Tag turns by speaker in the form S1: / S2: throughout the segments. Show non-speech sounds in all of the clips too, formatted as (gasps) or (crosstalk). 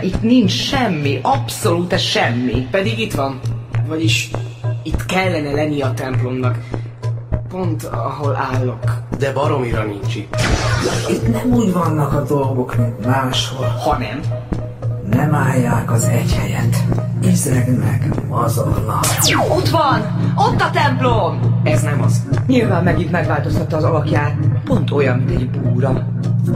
S1: Itt nincs semmi, abszolút ez semmi.
S2: Pedig itt van. Vagyis itt kellene lenni a templomnak. Pont ahol állok.
S3: De baromira nincs itt.
S4: Itt nem úgy vannak a dolgok, mint máshol.
S2: Ha nem,
S4: Nem állják az egy helyet. Izregnek, mazognak.
S1: Ott van! Ott a templom!
S2: ez nem az.
S1: Nyilván megint megváltoztatta az alakját. Pont olyan, mint egy búra.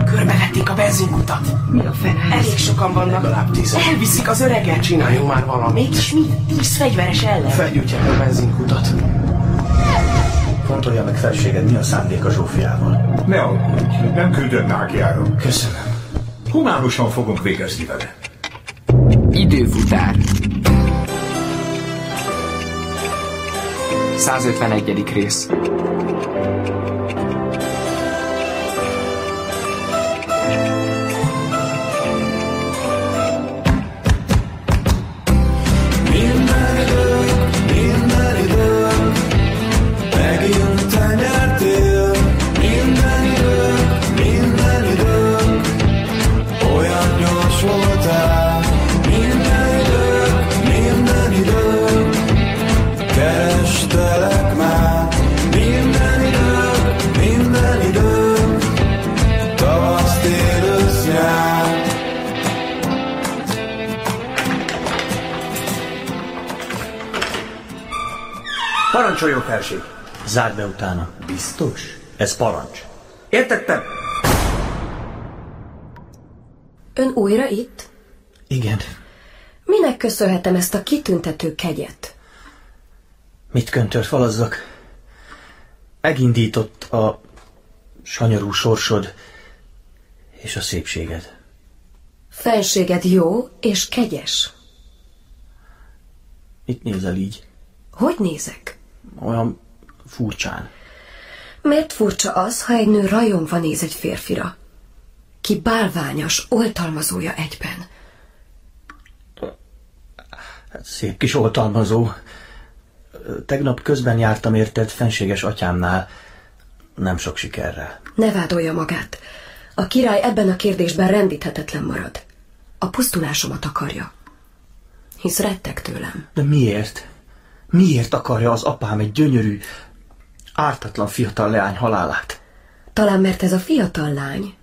S2: Körbevették a benzinkutat.
S1: Mi a fene?
S2: Elég sokan vannak.
S3: Legalább tíz.
S2: Elviszik az öreget.
S3: Csináljunk már valamit.
S2: Mégis mi tíz fegyveres ellen.
S3: Felgyújtják a benzinkutat.
S5: Fontolja meg felséged, mi a szándék a Zsófiával.
S6: Ne aggódj, nem küldöm mágiára.
S3: Köszönöm.
S6: Humánusan fogunk végezni vele.
S7: Időfutár. 151. rész.
S5: Kerestelek már minden időm, minden időm, tavasz, tél, ősz, nyár.
S8: Parancsoljon, felség!
S5: Zárd be utána. Biztos? Ez parancs.
S8: Értettem?
S9: Ön újra itt?
S5: Igen.
S9: Minek köszönhetem ezt a kitüntető kegyet?
S5: Mit köntört falazzak? Megindított a sanyarú sorsod és a szépséged.
S9: Fenséged jó és kegyes.
S5: Mit nézel így?
S9: Hogy nézek?
S5: Olyan furcsán.
S9: Miért furcsa az, ha egy nő rajongva néz egy férfira? Ki bálványos, oltalmazója egyben.
S5: Hát szép kis oltalmazó. Ö, Tegnap közben jártam érted fenséges atyámnál. Nem sok sikerrel.
S9: Ne vádolja magát. A király ebben a kérdésben rendíthetetlen marad. A pusztulásomat akarja. Hisz rettek tőlem.
S5: De miért? Miért akarja az apám egy gyönyörű, ártatlan fiatal leány halálát?
S9: Talán mert ez a fiatal lány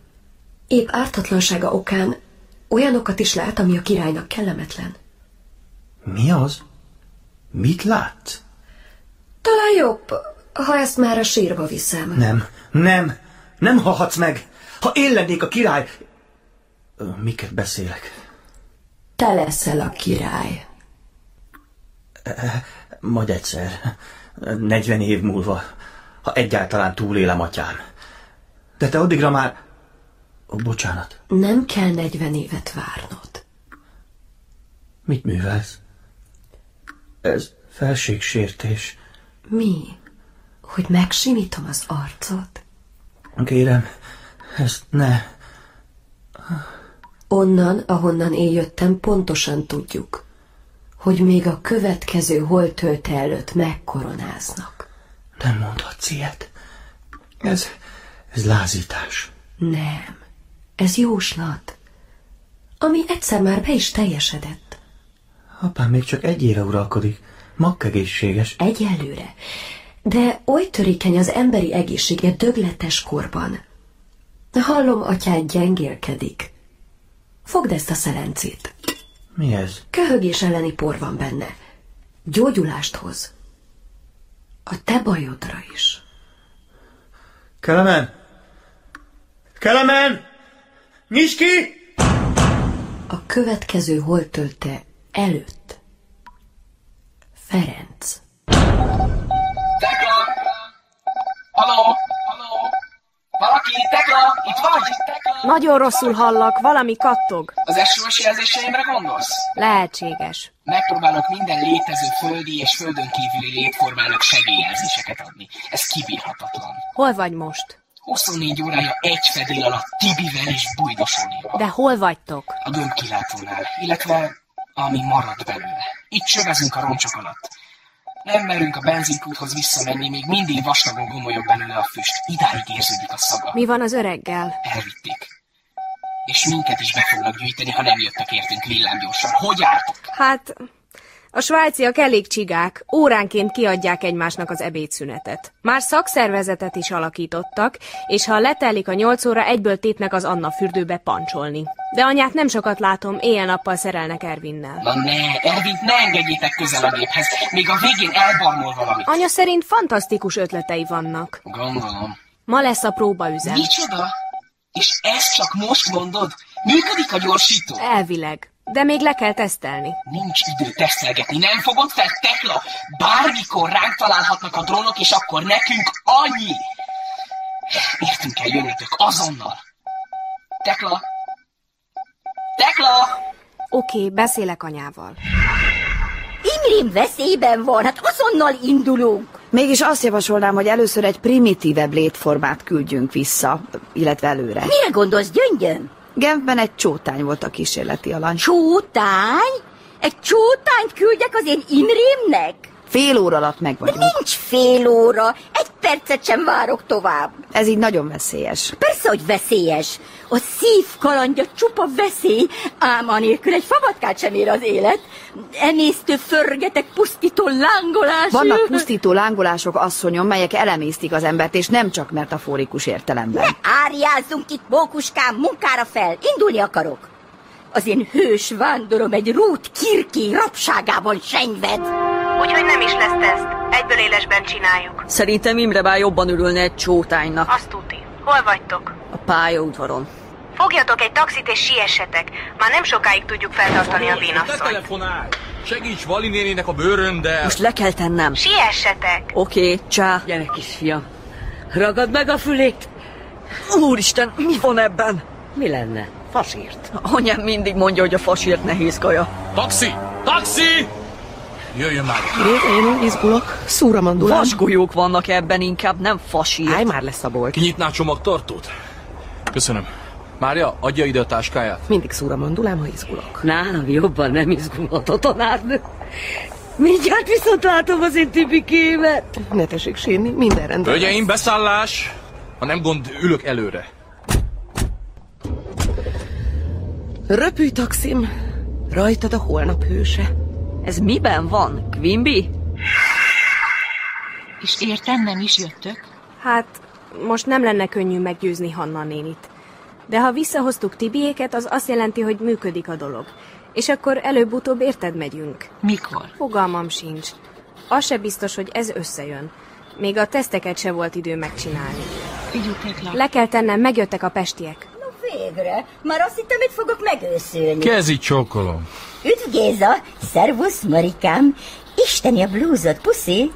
S9: épp ártatlansága okán olyanokat is lát, ami a királynak kellemetlen.
S5: Mi az? Mit lát?
S9: Talán jobb, ha ezt már a sírba viszem.
S5: Nem, nem, nem hahatsz meg! Ha én lennék a király... Ö, Miket beszélek?
S9: Te leszel a király.
S5: Majd egyszer, 40 év múlva, ha egyáltalán túlélem atyám. De te addigra már... Ó, bocsánat,
S9: Nem kell 40 évet várnod.
S5: mit művelsz? Ez felségsértés.
S9: Mi? Hogy megsimítom az arcot?
S5: Kérem, ezt ne...
S9: Onnan, ahonnan én jöttem, pontosan tudjuk, hogy még a következő holtölte előtt megkoronáznak.
S5: Nem mondhatsz ilyet. Ez, ez lázítás.
S9: Nem, ez jóslat, ami egyszer már be is teljesedett.
S5: Apám még csak egy éve uralkodik. Makk egészséges.
S9: Egyelőre. De oly törékeny az emberi egészsége dögletes korban. Hallom, atyád gyengélkedik. Fogd ezt a szelencét.
S5: Mi ez?
S9: Köhögés elleni por van benne. Gyógyulást hoz. A te bajodra is.
S5: Kelemen! Kelemen! Nyisd ki!
S9: A következő holtölte előtt. Ferenc.
S2: Tekla! Haló! Haló! Valaki, Tekla, itt vagy? Tekla!
S10: Nagyon rosszul hallak, valami kattog.
S2: Az SOS jelzéseimre gondolsz?
S10: Lehetséges.
S2: Megpróbálok minden létező földi és földön kívüli létformának segélyjelzéseket adni. Ez kibírhatatlan.
S10: Hol vagy most?
S2: 24 órája egy fedél alatt Tibivel és Bújdosónival.
S10: De hol vagytok?
S2: A gömbkilátónál, illetve ami maradt belőle. Itt csövezünk a roncsok alatt. Nem merünk a benzinkúthoz visszamenni, még mindig vastagon gomolyog belőle a füst. Idáig érződik a szaga.
S10: Mi van az öreggel?
S2: Elvitték. és minket is be fognak gyűjteni, ha nem jöttek értünk villámgyorsan. Hogy álltok?
S10: Hát, a svájciak elég csigák, óránként kiadják egymásnak az ebédszünetet. Már szakszervezetet is alakítottak, és ha letelik a nyolc óra, egyből tépnek az Anna fürdőbe pancsolni. De anyát nem sokat látom, éjjel-nappal szerelnek Ervinnel.
S2: Na ne, Ervint ne engedjétek közel a géphez, még a végén elbarmol valamit.
S10: Anya szerint fantasztikus ötletei vannak.
S2: Gondolom.
S10: Ma lesz a próbaüzem.
S2: Micsoda? És ezt csak most mondod? Működik a gyorsító?
S10: Elvileg. De még le kell tesztelni.
S2: Nincs idő tesztelgetni, nem fogod fel, Tekla! Bármikor ránk találhatnak a drónok, és akkor nekünk annyi! Értünk el jönnetek azonnal! Tekla! Tekla!
S10: Oké, beszélek anyával.
S11: Imrim veszélyben van, hát azonnal indulunk.
S12: Mégis azt javasolnám, hogy először egy primitívebb létformát küldjünk vissza, illetve előre.
S11: Mire gondolsz, gyöngyöm?
S12: Genfben egy csótány volt a kísérleti alany.
S11: Csótány? Egy csótányt küldjek az én Imrémnek?
S12: Fél óra alatt meg
S11: De nincs fél óra, egy percet sem várok tovább.
S12: Ez így nagyon veszélyes.
S11: Persze, hogy veszélyes. A szív kalandja csupa veszély, ám anélkül egy fabatkát sem ér az élet. Emésztő, förgetek, pusztító lángolás.
S12: Vannak pusztító lángolások, asszonyom, melyek elemésztik az embert, és nem csak metaforikus értelemben.
S11: Árjázzunk itt, mókuskám, munkára fel, indulni akarok. Az én hős vándorom egy rút kirki rabságában senyved.
S13: Úgyhogy nem is lesz teszt. Egyből élesben csináljuk.
S14: Szerintem Imre bár jobban örülne egy csótánynak.
S13: Azt tuti. Hol vagytok?
S14: A pályaudvaron.
S13: Fogjatok egy taxit és siessetek. Már nem sokáig tudjuk feltartani a vénasszonyt.
S15: telefonálj! Segíts Vali néninek a bőröndel!
S14: Most le kell tennem.
S13: Siessetek!
S14: Oké, okay, csá. Gyere, kisfiam. Ragad meg a fülét. Úristen, mi van ebben? Mi lenne? Fasírt. Anyám mindig mondja, hogy a fasírt nehéz kaja.
S15: Taxi! Taxi! Jöjjön már!
S14: Én izgulok. Szúra mandulám. Vasgolyók vannak ebben inkább, nem fasírt. Állj már lesz a bolt.
S15: Kinyitná a csomagtartót? Köszönöm. Mária, adja ide a táskáját.
S1: Mindig szóra mandulám, ha izgulok. Nálam jobban nem izgulhat a tanárnő. Mindjárt viszont látom az én tipikémet. Ne tessék sírni, minden rendben.
S15: Hölgyeim, beszállás! Ha nem gond, ülök előre.
S1: Röpülj, taxim. Rajtad a holnap hőse.
S14: Ez miben van? Quimby?
S16: És értem, nem is jöttök?
S10: Hát, most nem lenne könnyű meggyőzni Hanna nénit. De ha visszahoztuk Tibiéket, az azt jelenti, hogy működik a dolog. És akkor előbb-utóbb érted megyünk.
S16: Mikor?
S10: Fogalmam sincs. Az se biztos, hogy ez összejön. még a teszteket se volt idő megcsinálni.
S16: Figyelj,
S10: Le kell tennem, megjöttek a pestiek.
S11: Végre, már azt hittem, itt fogok megőszülni.
S15: Kezi csókolom.
S11: Üdv Géza, szervusz Marikám, isteni a blúzod, puszi.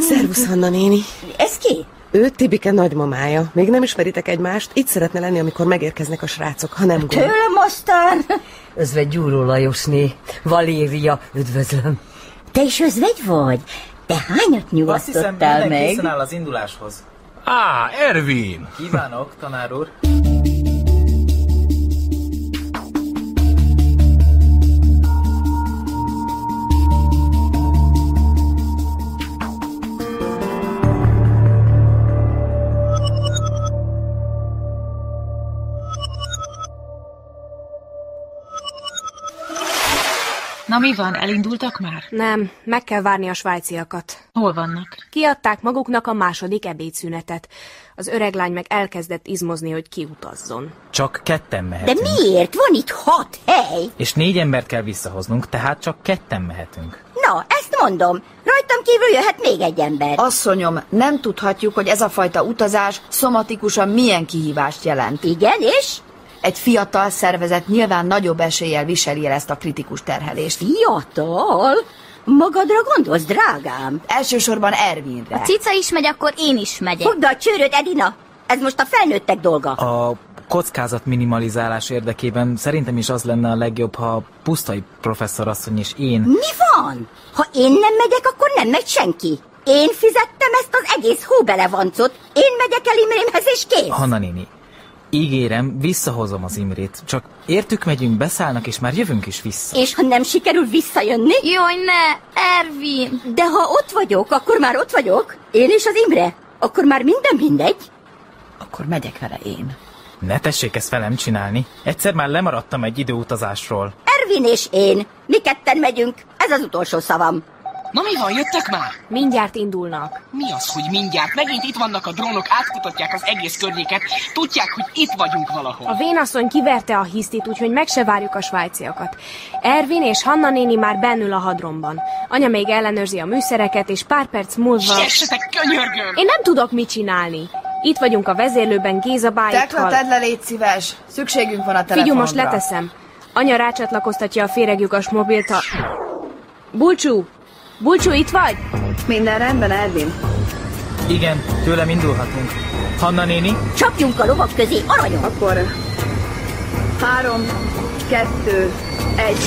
S1: Szervusz, Hanna néni.
S11: Ez ki?
S1: Ő Tibike nagymamája. Még nem ismeritek egymást. Itt szeretne lenni, amikor megérkeznek a srácok, ha nem gond.
S11: Tőlem aztán.
S17: Özvegy Gyúró Lajosné. Valéria, üdvözlöm.
S11: Te is özvegy vagy? Te hányat nyugodtottál meg?
S18: áll az induláshoz.
S15: Á, Ervin!
S18: Kívánok, tanár úr.
S16: Na mi van, elindultak már?
S10: Nem, meg kell várni a svájciakat.
S16: Hol vannak?
S10: Kiadták maguknak a második ebédszünetet. Az öreg lány meg elkezdett izmozni, hogy kiutazzon.
S18: Csak ketten
S11: De
S18: mehetünk.
S11: miért? Van itt hat hely.
S18: És négy embert kell visszahoznunk, tehát csak ketten mehetünk.
S11: Na, ezt mondom. Rajtam kívül jöhet még egy ember.
S12: Asszonyom, nem tudhatjuk, hogy ez a fajta utazás szomatikusan milyen kihívást jelent.
S11: Igen, és?
S12: Egy fiatal szervezet nyilván nagyobb eséllyel viseli el ezt a kritikus terhelést.
S11: Fiatal? Magadra gondolsz, drágám?
S12: Elsősorban Ervinre.
S11: cica is megy, akkor én is megyek. Fogd a csőröd, Edina! Ez most a felnőttek dolga.
S18: A kockázat minimalizálás érdekében szerintem is az lenne a legjobb, ha pusztai professzorasszony és én
S11: Mi van? Ha én nem megyek, akkor nem megy senki. Én fizettem ezt az egész hóbelevancot. Én megyek el Imrémhez, és kész.
S18: Hanna néni, ígérem, visszahozom az Imrét. Csak értük megyünk, beszállnak, és már jövünk is vissza.
S11: És ha nem sikerül visszajönni? Jaj, ne, Ervin! De ha ott vagyok, akkor már ott vagyok. Én és az Imre. Akkor már minden mindegy.
S12: Akkor megyek vele én.
S18: Ne tessék ezt velem csinálni. Egyszer már lemaradtam egy időutazásról.
S11: Ervin és én, mi ketten megyünk, ez az utolsó szavam.
S2: Na mi van, jöttek már?
S19: Mindjárt indulnak.
S2: Mi az, hogy mindjárt? Megint itt vannak a drónok, átkutatják az egész környéket, tudják, hogy itt vagyunk valahol.
S19: A vénasszony kiverte a hisztit, úgyhogy meg se várjuk a svájciakat. Ervin és Hanna néni már bennül a hadromban. Anya még ellenőrzi a műszereket, és pár perc múlva...
S2: Siessetek, könyörgöm!
S19: Én nem tudok mit csinálni. Itt vagyunk a vezérlőben, Géza bájékkal.
S20: Tekla, tedd le, légy szíves. Szükségünk van a telefonra.
S19: Figyú, most leteszem. Anya rácsatlakoztatja a féregjukas mobilt a... Bulcsú! Bulcsú, itt vagy?
S6: Minden rendben, Ervin?
S18: Igen, tőlem indulhatunk. Hanna néni?
S11: Csapjunk a lovak közé, aranyom!
S6: Akkor három, kettő, egy.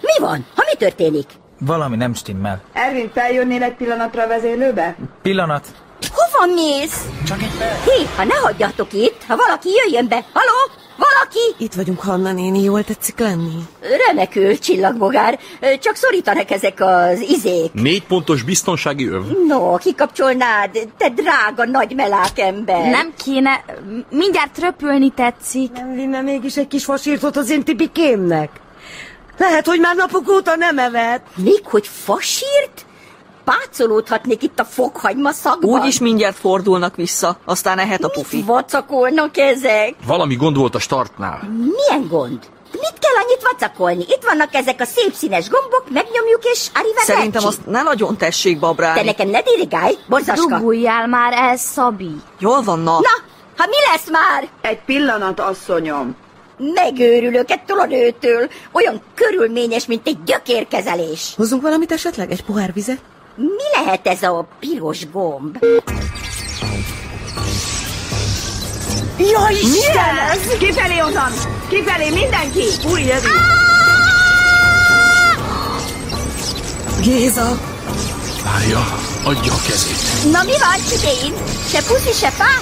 S11: Mi van? Ha mi történik?
S18: Valami nem stimmel.
S20: Ervin, feljönnél egy pillanatra a vezérlőbe?
S18: Pillanat.
S11: Hova mész?
S18: Csak egy perc.
S11: Hé, ha ne hagyjatok itt, ha valaki jöjjön be. Haló? Valaki?
S12: Itt vagyunk, Hanna néni, jól tetszik lenni?
S11: Remekül, csillagbogár. Ö, Csak szorítanak ezek az izék.
S15: Négy pontos biztonsági öv.
S11: No, kikapcsolnád, te drága nagy melák ember.
S21: Nem kéne, mindjárt röpülni tetszik.
S22: Nem vinne mégis egy kis fasírtot az én tipikémnek? Lehet, hogy már napok óta nem evett.
S11: Még hogy fasírt? Pácolódhatnék itt a fokhagyma szagban.
S14: Úgyis mindjárt fordulnak vissza, aztán ehet a pufi.
S11: Vacakolnak ezek.
S15: Valami gond volt a startnál.
S11: Milyen gond? Mit kell annyit vacakolni? Itt vannak ezek a szép színes gombok, megnyomjuk és arrivederci.
S14: Szerintem azt ne nagyon tessék babrálni.
S11: Te nekem ne dirigálj, borzaska.
S21: Duguljál már el, Szabi.
S14: Jól van, na.
S11: Na, ha mi lesz már?
S20: Egy pillanat, asszonyom.
S11: Megőrülök ettől a nőtől. Olyan körülményes, mint egy gyökérkezelés.
S12: Hozunk valamit esetleg? Egy pohár vizet?
S11: Mi lehet ez a piros gomb?
S12: Jaj, Isten!
S20: ez? Kifelé onnan! Kifelé mindenki!
S12: Új, Evi! Géza!
S15: Várja, adja a kezét.
S11: Na mi van, Csidéim? Se puszi, se pá?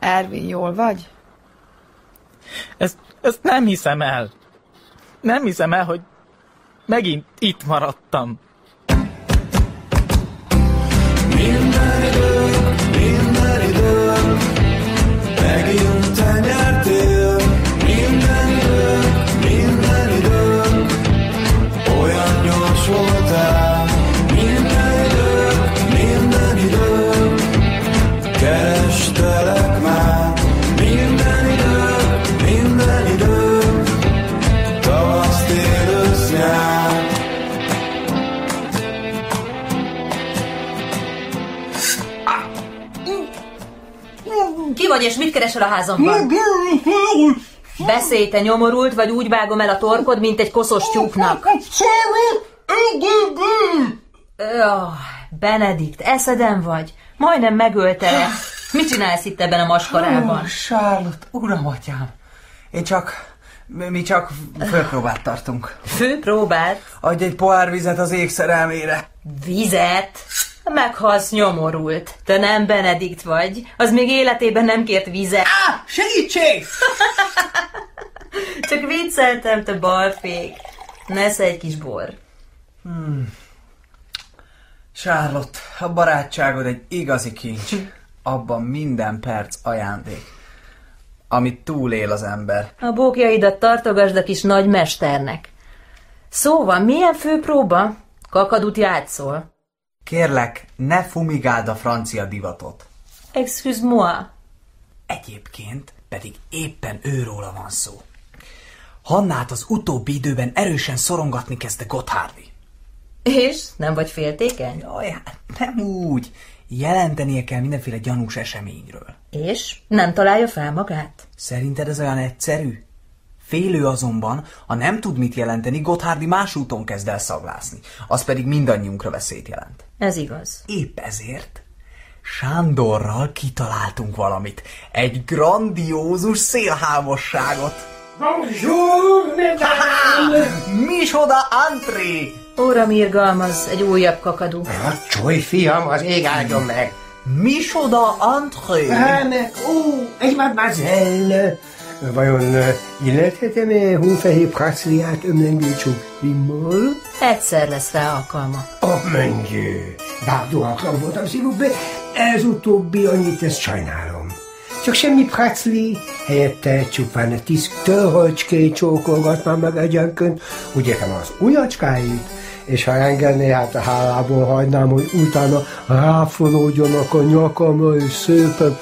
S20: Ervin, jól vagy?
S18: Ezt, ezt nem hiszem el. Nem hiszem el, hogy megint itt maradtam.
S8: Minden idő, megint te nyertél. Minden idő, minden idő, olyan gyors voltál. Minden idő, minden idő, kerestelek már. Minden idő, minden idő, tavasz, tél, ősz, nyár.
S23: Ki vagy és mit keresel a házamban? Beszélj, te nyomorult, vagy úgy vágom el a torkod, mint egy koszos tyúknak. Jaj, Benedikt, eszeden vagy? Majdnem megöltelek. Mit csinálsz itt ebben a maskarában?
S4: Charlotte, uram, atyám. Én csak... Mi csak főpróbát tartunk.
S23: Főpróbát?
S4: Adj egy pohár vizet az égszerelmére.
S23: Vizet? Meghalsz nyomorult. Te nem Benedikt vagy. Az még életében nem kért vizet. Á, segítség! (laughs) Csak vicceltem, te balfék. Nesz egy kis bor.
S4: Hmm. Charlotte, a barátságod egy igazi kincs.
S1: Hm.
S4: Abban minden perc ajándék, amit túlél az ember.
S23: A bókjaidat tartogasd a kis nagy mesternek. Szóval, milyen főpróba? Kakadut játszol.
S4: Kérlek, ne fumigáld a francia divatot.
S23: Excuse moi.
S4: Egyébként pedig éppen őróla van szó. Hannát az utóbbi időben erősen szorongatni kezdte Gotthárdi.
S23: És? Nem vagy féltékeny?
S4: Jaj, hát nem úgy. Jelentenie kell mindenféle gyanús eseményről.
S23: És? Nem találja fel magát?
S4: Szerinted ez olyan egyszerű? Félő azonban, ha nem tud mit jelenteni, Gotthárdi más úton kezd el szaglászni. Az pedig mindannyiunkra veszélyt jelent.
S23: Ez igaz.
S4: Épp ezért Sándorral kitaláltunk valamit. Egy grandiózus szélhámosságot. Bonjour, mesdames! Micsoda antré!
S23: Óram irgalmaz, egy újabb kakadú.
S24: Hát, csúj, fiam, az ég áldjon meg.
S4: Micsoda antré?
S23: Hát,
S24: Remek, Hát, ó, egy mademoiselle. Vajon ö, illethetem-e hófehér pracliát ömlengő csuklimmal?
S23: Egyszer lesz rá alkalma.
S24: Oh, mon dieu! Bárdolatlan voltam szívükbe, ez utóbbi annyit ezt sajnálom. Csak semmi pracli, helyette csupán a tíz törhöcskét csókolgatnám meg egyenként, ugye az ujjacskáit, és ha engedné, hát a hálából hagynám, hogy utána ráfonódjanak a nyakamra, és szépen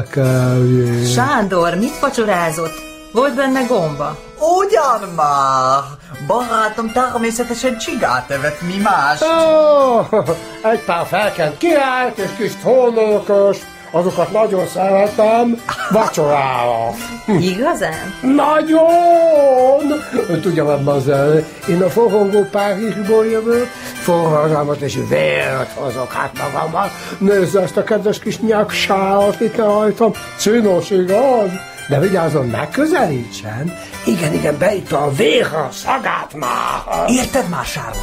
S24: kitekeljék.
S23: Sándor, mit vacsorázott? Volt benne gomba?
S4: Ugyan már! Barátom természetesen csigát evett, mi más?
S24: Ó, egy pár felkent királyt és kis trónörököst, azokat nagyon szeretem, vacsorára.
S23: Igazán?
S24: Nagyon! Tudja, mademoiselle, én a forrongó Párizsból jövök, forradalmat és vért hozok hát magammal. Nézze ezt a kedves kis nyaksálat, itt rajtam. Színos, igaz? De vigyázzon, megközelítsen. Igen, igen, beitta a vérha szagát már.
S4: Érted már, Charlotte?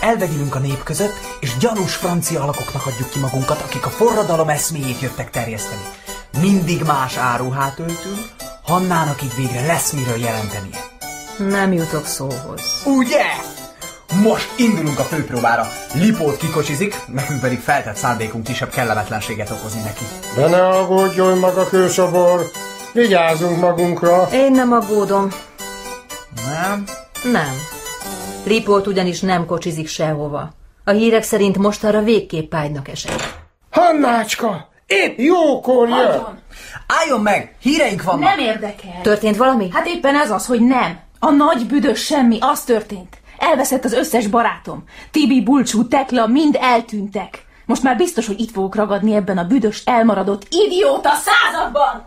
S4: Elvegyülünk a nép között, és gyanús francia alakoknak adjuk ki magunkat, akik a forradalom eszméjét jöttek terjeszteni. Mindig más áruhát öltünk, Hannának így végre lesz miről jelentenie.
S23: Nem jutok szóhoz.
S4: Ugye? Most indulunk a főpróbára. Lipót kikocsizik, nekünk pedig feltett szándékunk kisebb kellemetlenséget okozni neki.
S24: De ne aggódjon maga kőszobor, vigyázzunk magunkra.
S23: Én nem aggódom.
S4: Nem?
S23: Nem. Lipót ugyanis nem kocsizik sehova. A hírek szerint mostanra végképp pálynak esett.
S24: Hannácska, épp jókor jön.
S4: Álljon meg! Híreink vannak!
S25: Nem érdekel.
S23: Történt valami?
S25: Hát éppen ez az, hogy nem. A nagy büdös semmi, az történt. Elveszett az összes barátom. Tibi, Bulcsú, Tekla mind eltűntek. Most már biztos, hogy itt fogok ragadni ebben a büdös, elmaradott idióta században!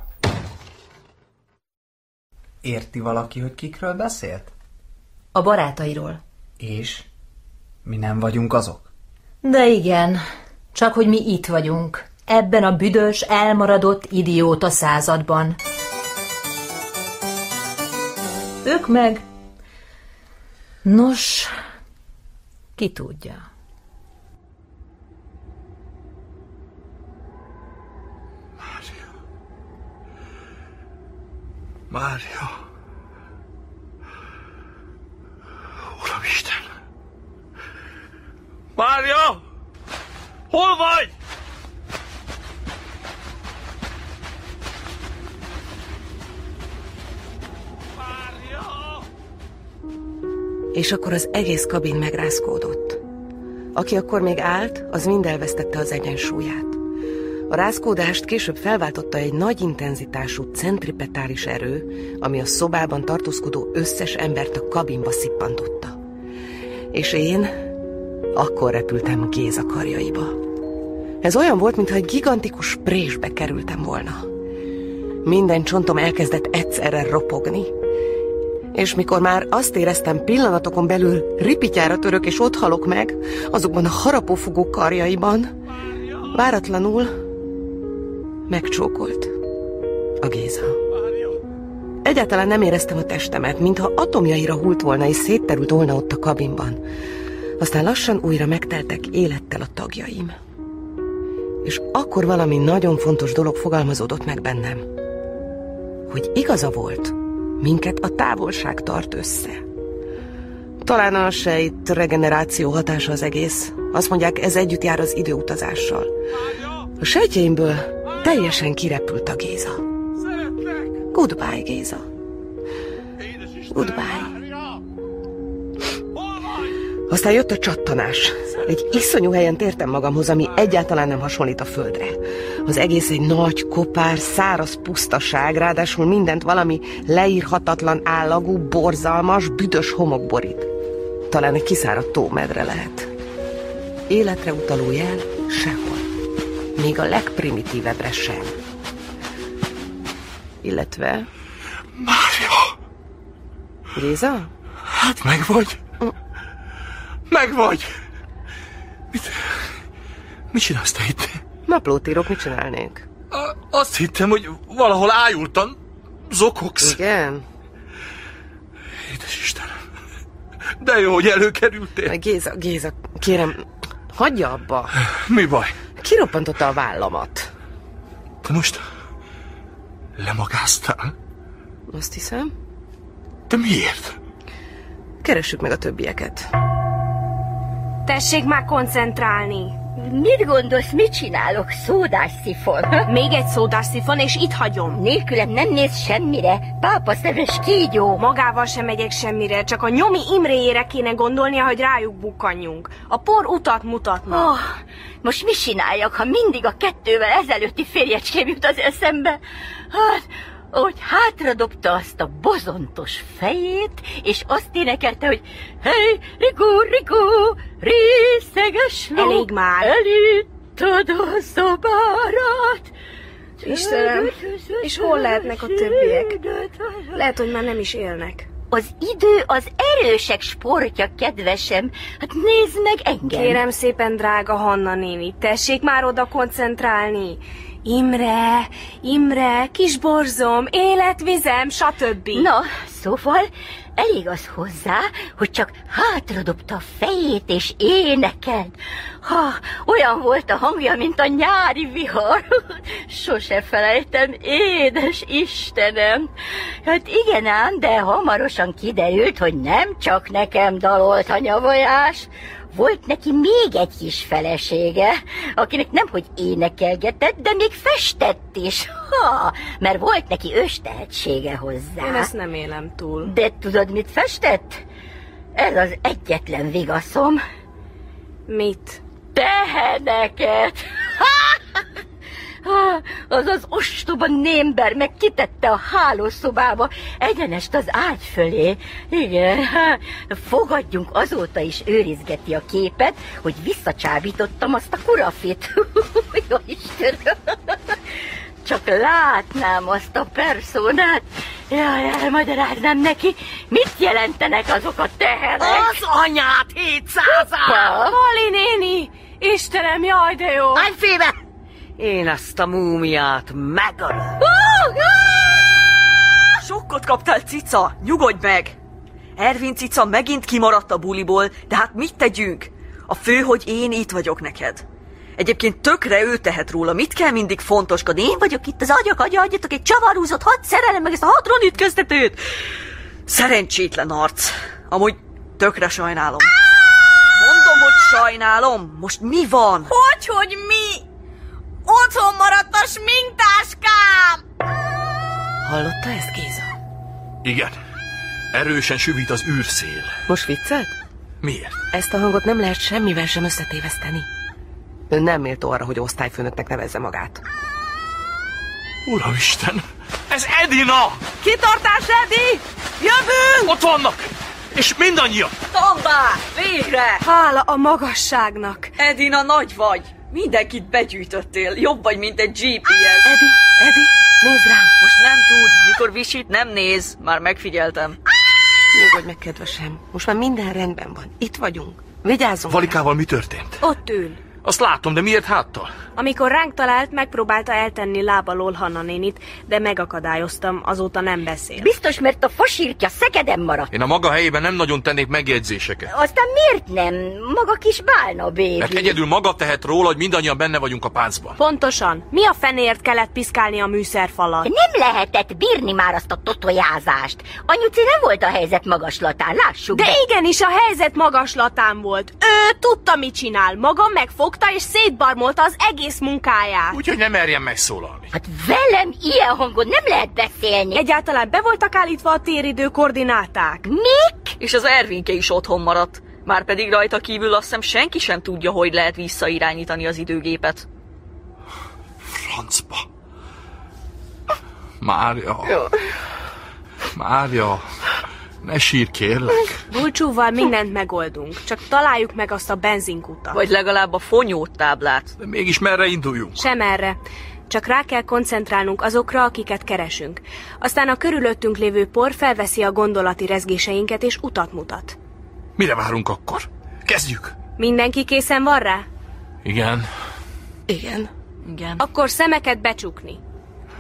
S4: Érti valaki, hogy kikről beszélt?
S23: A barátairól.
S4: És? Mi nem vagyunk azok?
S23: De igen, csak hogy mi itt vagyunk. Ebben a büdös, elmaradott idióta században. Ők meg... Nos, ki tudja.
S15: Mária. Uramisten. Mária! Hol vagy?
S1: És akkor az egész kabin megrázkódott. Aki akkor még állt, az mind elvesztette az egyensúlyát. A rázkódást később felváltotta egy nagy intenzitású centripetális erő, ami a szobában tartózkodó összes embert a kabinba szippantotta. És én akkor repültem Géza karjaiba. Ez olyan volt, mintha egy gigantikus présbe kerültem volna. Minden csontom elkezdett egyszerre ropogni, és mikor már azt éreztem pillanatokon belül ripityára török és ott halok meg, azokban a harapófugó karjaiban, váratlanul megcsókolt a Géza. Egyáltalán nem éreztem a testemet, mintha atomjaira hult volna és szétterült volna ott a kabinban. Aztán lassan újra megteltek élettel a tagjaim. És akkor valami nagyon fontos dolog fogalmazódott meg bennem. Hogy igaza volt, minket a távolság tart össze. Talán a sejt regeneráció hatása az egész. Azt mondják, ez együtt jár az időutazással. A sejtjeimből teljesen kirepült a Géza. Goodbye, Géza. Goodbye. Aztán jött a csattanás. Egy iszonyú helyen tértem magamhoz, ami egyáltalán nem hasonlít a földre. Az egész egy nagy, kopár, száraz pusztaság, ráadásul mindent valami leírhatatlan állagú, borzalmas, büdös homok borít. Talán egy kiszáradt tómedre lehet. Életre utaló jel sehol. Még a legprimitívebbre sem. Illetve...
S15: Mária!
S1: Géza?
S15: Hát meg vagy.
S1: Hm.
S15: Meg vagy. Mit, mit csinálsz te itt?
S1: Naplót írok, mit csinálnék?
S15: A- Azt hittem, hogy valahol ájultan zokogsz.
S1: Igen?
S15: Édes Istenem. De jó, hogy előkerültél.
S1: Géza, Géza, kérem, hagyja abba.
S15: Mi baj?
S1: Kiroppantotta a vállamat.
S15: Te most lemagáztál?
S1: Azt hiszem.
S15: De miért?
S1: Keressük meg a többieket.
S10: Tessék már koncentrálni.
S11: Mit gondolsz, mit csinálok? (laughs) Szódásszifon.
S10: Még egy szódásszifon, és itt hagyom.
S11: Nélkülem nem néz semmire. Pápa szemes kígyó.
S10: Magával sem megyek semmire, csak a nyomi Imréjére kéne gondolnia, hogy rájuk bukkanjunk. A por utat mutatna.
S11: Oh, most mit csináljak, ha mindig a kettővel ezelőtti férjecském jut az eszembe? Hát, hogy hátradobta azt a bozontos fejét, és azt énekelte, hogy Hely, Rikó, Rikó, részeges ló,
S10: Elég már.
S11: Elüttöd a szobárat.
S10: Istenem, és hol lehetnek a többiek? Lehet, hogy már nem is élnek.
S11: Az idő az erősek sportja, kedvesem. Hát nézd meg engem.
S10: Kérem szépen, drága Hanna néni, tessék már oda koncentrálni. Imre, Imre, kis borzom, életvizem, stb.
S11: Na, szóval elég az hozzá, hogy csak hátradobta a fejét és énekelt. Ha, olyan volt a hangja, mint a nyári vihar. (laughs) Sose felejtem, édes Istenem. Hát igen ám, de hamarosan kiderült, hogy nem csak nekem dalolt a nyavajás, volt neki még egy kis felesége, akinek nem hogy énekelgetett, de még festett is. Ha, mert volt neki őstehetsége hozzá.
S10: Én ezt nem élem túl.
S11: De tudod, mit festett? Ez az egyetlen vigaszom.
S10: Mit?
S11: Teheneket! (laughs) Ha, az az ostoba némber meg kitette a hálószobába, egyenest az ágy fölé. Igen, (laughs) ha, fogadjunk, azóta is őrizgeti a képet, hogy visszacsábítottam azt a kurafit. (laughs) Jó Istenem! (laughs) Csak látnám azt a personát, jaj, elmagyaráznám neki, mit jelentenek azok a teherek.
S14: Az anyát 700
S11: Hoppa!
S10: Mali néni! Istenem, jaj, de jó!
S14: Hány féle? Én ezt a múmiát megölöm. Sokkot kaptál, cica! Nyugodj meg! Ervin cica megint kimaradt a buliból, de hát mit tegyünk? A fő, hogy én itt vagyok neked. Egyébként tökre ő tehet róla, mit kell mindig fontoskodni? Én vagyok itt az agyak, agya, adjatok egy csavarúzott, hadd szerelem meg ezt a hat ütköztetőt! Szerencsétlen arc. Amúgy tökre sajnálom. Mondom, hogy sajnálom. Most mi van?
S21: Hogy, hogy mi? Otthon maradt a sminktáskám!
S1: Hallotta ezt, Géza?
S15: Igen. Erősen süvít az űrszél.
S1: Most viccelt?
S15: Miért?
S1: Ezt a hangot nem lehet semmivel sem összetéveszteni. Ő nem méltó arra, hogy osztályfőnöknek nevezze magát.
S15: Uramisten! Ez Edina!
S14: Kitartás, Edi! Jövünk!
S15: Ott vannak! És mindannyian!
S14: Tombá! Végre!
S10: Hála a magasságnak!
S14: Edina, nagy vagy! Mindenkit begyűjtöttél. Jobb vagy, mint egy GPS.
S1: Edi, Edi, nézd rám!
S14: Most nem tud. Mikor visít, nem néz. Már megfigyeltem.
S1: Nyugodj meg, kedvesem. Most már minden rendben van. Itt vagyunk. Vigyázzunk.
S15: Valikával mi történt?
S10: Ott ül.
S15: Azt látom, de miért háttal?
S10: Amikor ránk talált, megpróbálta eltenni lábalól Hanna nénit, de megakadályoztam, azóta nem beszél.
S11: Biztos, mert a fasírtja Szegeden maradt.
S26: Én a maga helyében nem nagyon tennék megjegyzéseket.
S11: Aztán miért nem? Maga kis bálna bébi.
S15: Hát
S26: Mert egyedül maga tehet róla, hogy mindannyian benne vagyunk a páncban.
S10: Pontosan. Mi a fenért kellett piszkálni a műszerfalat?
S11: Nem lehetett bírni már azt a totojázást. Anyuci nem volt a helyzet magaslatán, lássuk
S10: De
S11: be.
S10: igenis, a helyzet magaslatán volt. Ő tudta, mit csinál. Maga megfogta és szétbarmolta az egész munkáját.
S26: Úgyhogy nem merjen megszólalni.
S11: Hát velem ilyen hangon nem lehet beszélni.
S10: Egyáltalán be voltak állítva a téridő koordináták.
S11: Mik?
S14: És az Ervinke is otthon maradt. Már pedig rajta kívül azt hiszem senki sem tudja, hogy lehet visszairányítani az időgépet.
S15: Francba. Mária. Mária. Ne sírj, kérlek.
S10: Bulcsúval mindent megoldunk, csak találjuk meg azt a benzinkutat.
S14: Vagy legalább a fonyót táblát.
S15: De mégis merre induljunk?
S10: Sem erre. Csak rá kell koncentrálnunk azokra, akiket keresünk. Aztán a körülöttünk lévő por felveszi a gondolati rezgéseinket és utat mutat.
S15: Mire várunk akkor? Kezdjük!
S10: Mindenki készen van rá?
S26: Igen.
S1: Igen.
S14: Igen.
S10: Akkor szemeket becsukni.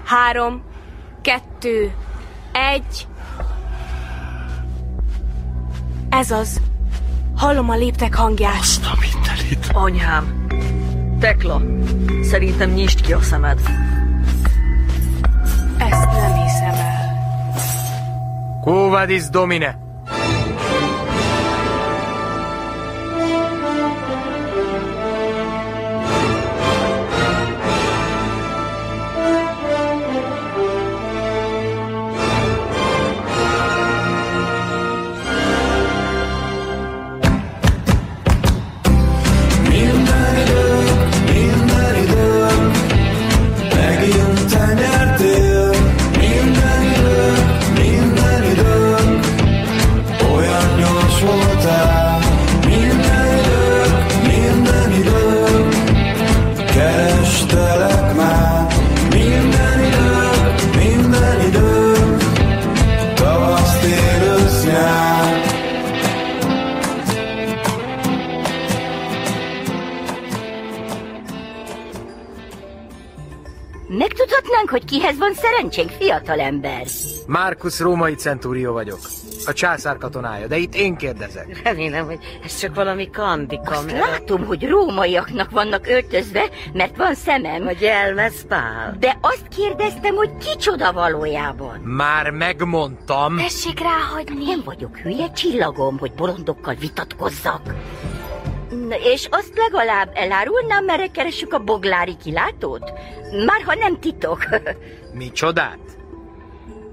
S10: Három, kettő, egy...
S19: Ez az. Hallom a léptek hangját. Azt
S15: a mindenit.
S14: Anyám, Tekla, szerintem nyisd ki a szemed.
S19: Ezt nem hiszem el.
S3: Kóvadis domine!
S8: Mindenidők, mindenidők, megint te nyertél. Mindenidők, mindenidők, olyan gyors voltál. Mindenidők, mindenidők, kerestelek már. Mindenidők, mindenidők, tavasz, tél, ősz, nyár.
S11: Megtudhatnánk, hogy kihez van szerencsénk, fiatalember?
S3: Márkusz római centúrió vagyok. A császár katonája, de itt én kérdezek.
S11: Remélem, hogy ez csak valami kandi kamera. Azt látom, hogy rómaiaknak vannak öltözve, mert van szemem. Vagy elmeszpál. De azt kérdeztem, hogy kicsoda valójában.
S3: Már megmondtam.
S11: Tessék ráhagyni. Nem vagyok hülye csillagom, hogy bolondokkal vitatkozzak. Na, és azt legalább elárulnám, merre keressük a boglári kilátót? Már ha nem titok.
S3: (laughs) Mi csodát?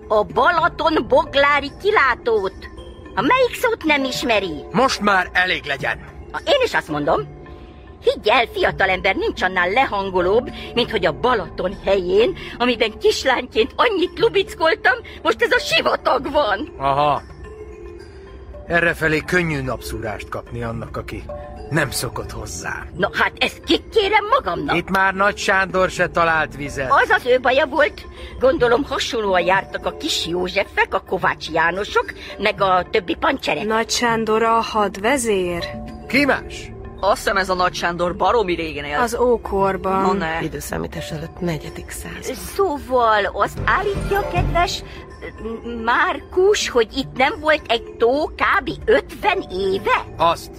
S11: A Balaton boglári kilátót. A melyik szót nem ismeri?
S3: Most már elég legyen.
S11: A- Én is azt mondom. Higgy el, fiatalember, nincs annál lehangolóbb, mint hogy a Balaton helyén, amiben kislányként annyit lubickoltam, most ez a sivatag van.
S3: Aha. Errefelé könnyű napszúrást kapni annak, aki nem szokott hozzá.
S11: Na hát ezt kikérem magamnak.
S3: Itt már Nagy Sándor se talált vizet.
S11: Az az ő baja volt. Gondolom hasonlóan jártak a kis Józsefek, a Kovács Jánosok, meg a többi pancserek.
S19: Nagy Sándor a hadvezér.
S3: Ki más?
S14: Azt hiszem ez a Nagy Sándor baromi régen él.
S19: Az ókorban.
S14: Na ne.
S1: Időszámítás előtt negyedik század.
S11: Szóval azt állítja, kedves m- m- Márkus, hogy itt nem volt egy tó kb. 50 éve?
S3: Azt.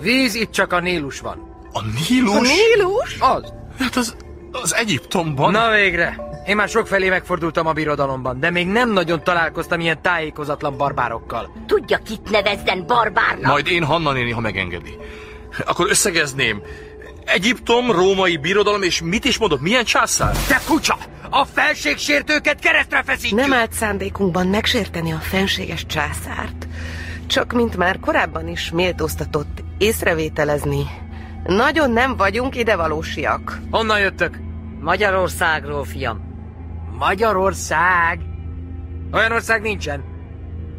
S3: Víz itt csak a Nílus van.
S15: A Nílus? A
S3: Nílus? Az.
S15: Hát az, az Egyiptomban.
S3: Na végre. Én már sokfelé megfordultam a birodalomban, de még nem nagyon találkoztam ilyen tájékozatlan barbárokkal.
S11: Tudja, kit nevezzen barbárnak?
S15: Majd én Hanna néni, ha megengedi. Akkor összegezném. Egyiptom, római birodalom, és mit is mondott? Milyen császár?
S3: Te kutya! A felségsértőket keresztre feszítjük!
S1: Nem állt szándékunkban megsérteni a fenséges császárt. Csak mint már korábban is méltóztatott észrevételezni, nagyon nem vagyunk idevalósiak.
S3: Honnan jöttök?
S1: Magyarországról, fiam.
S3: Magyarország! Olyan ország nincsen.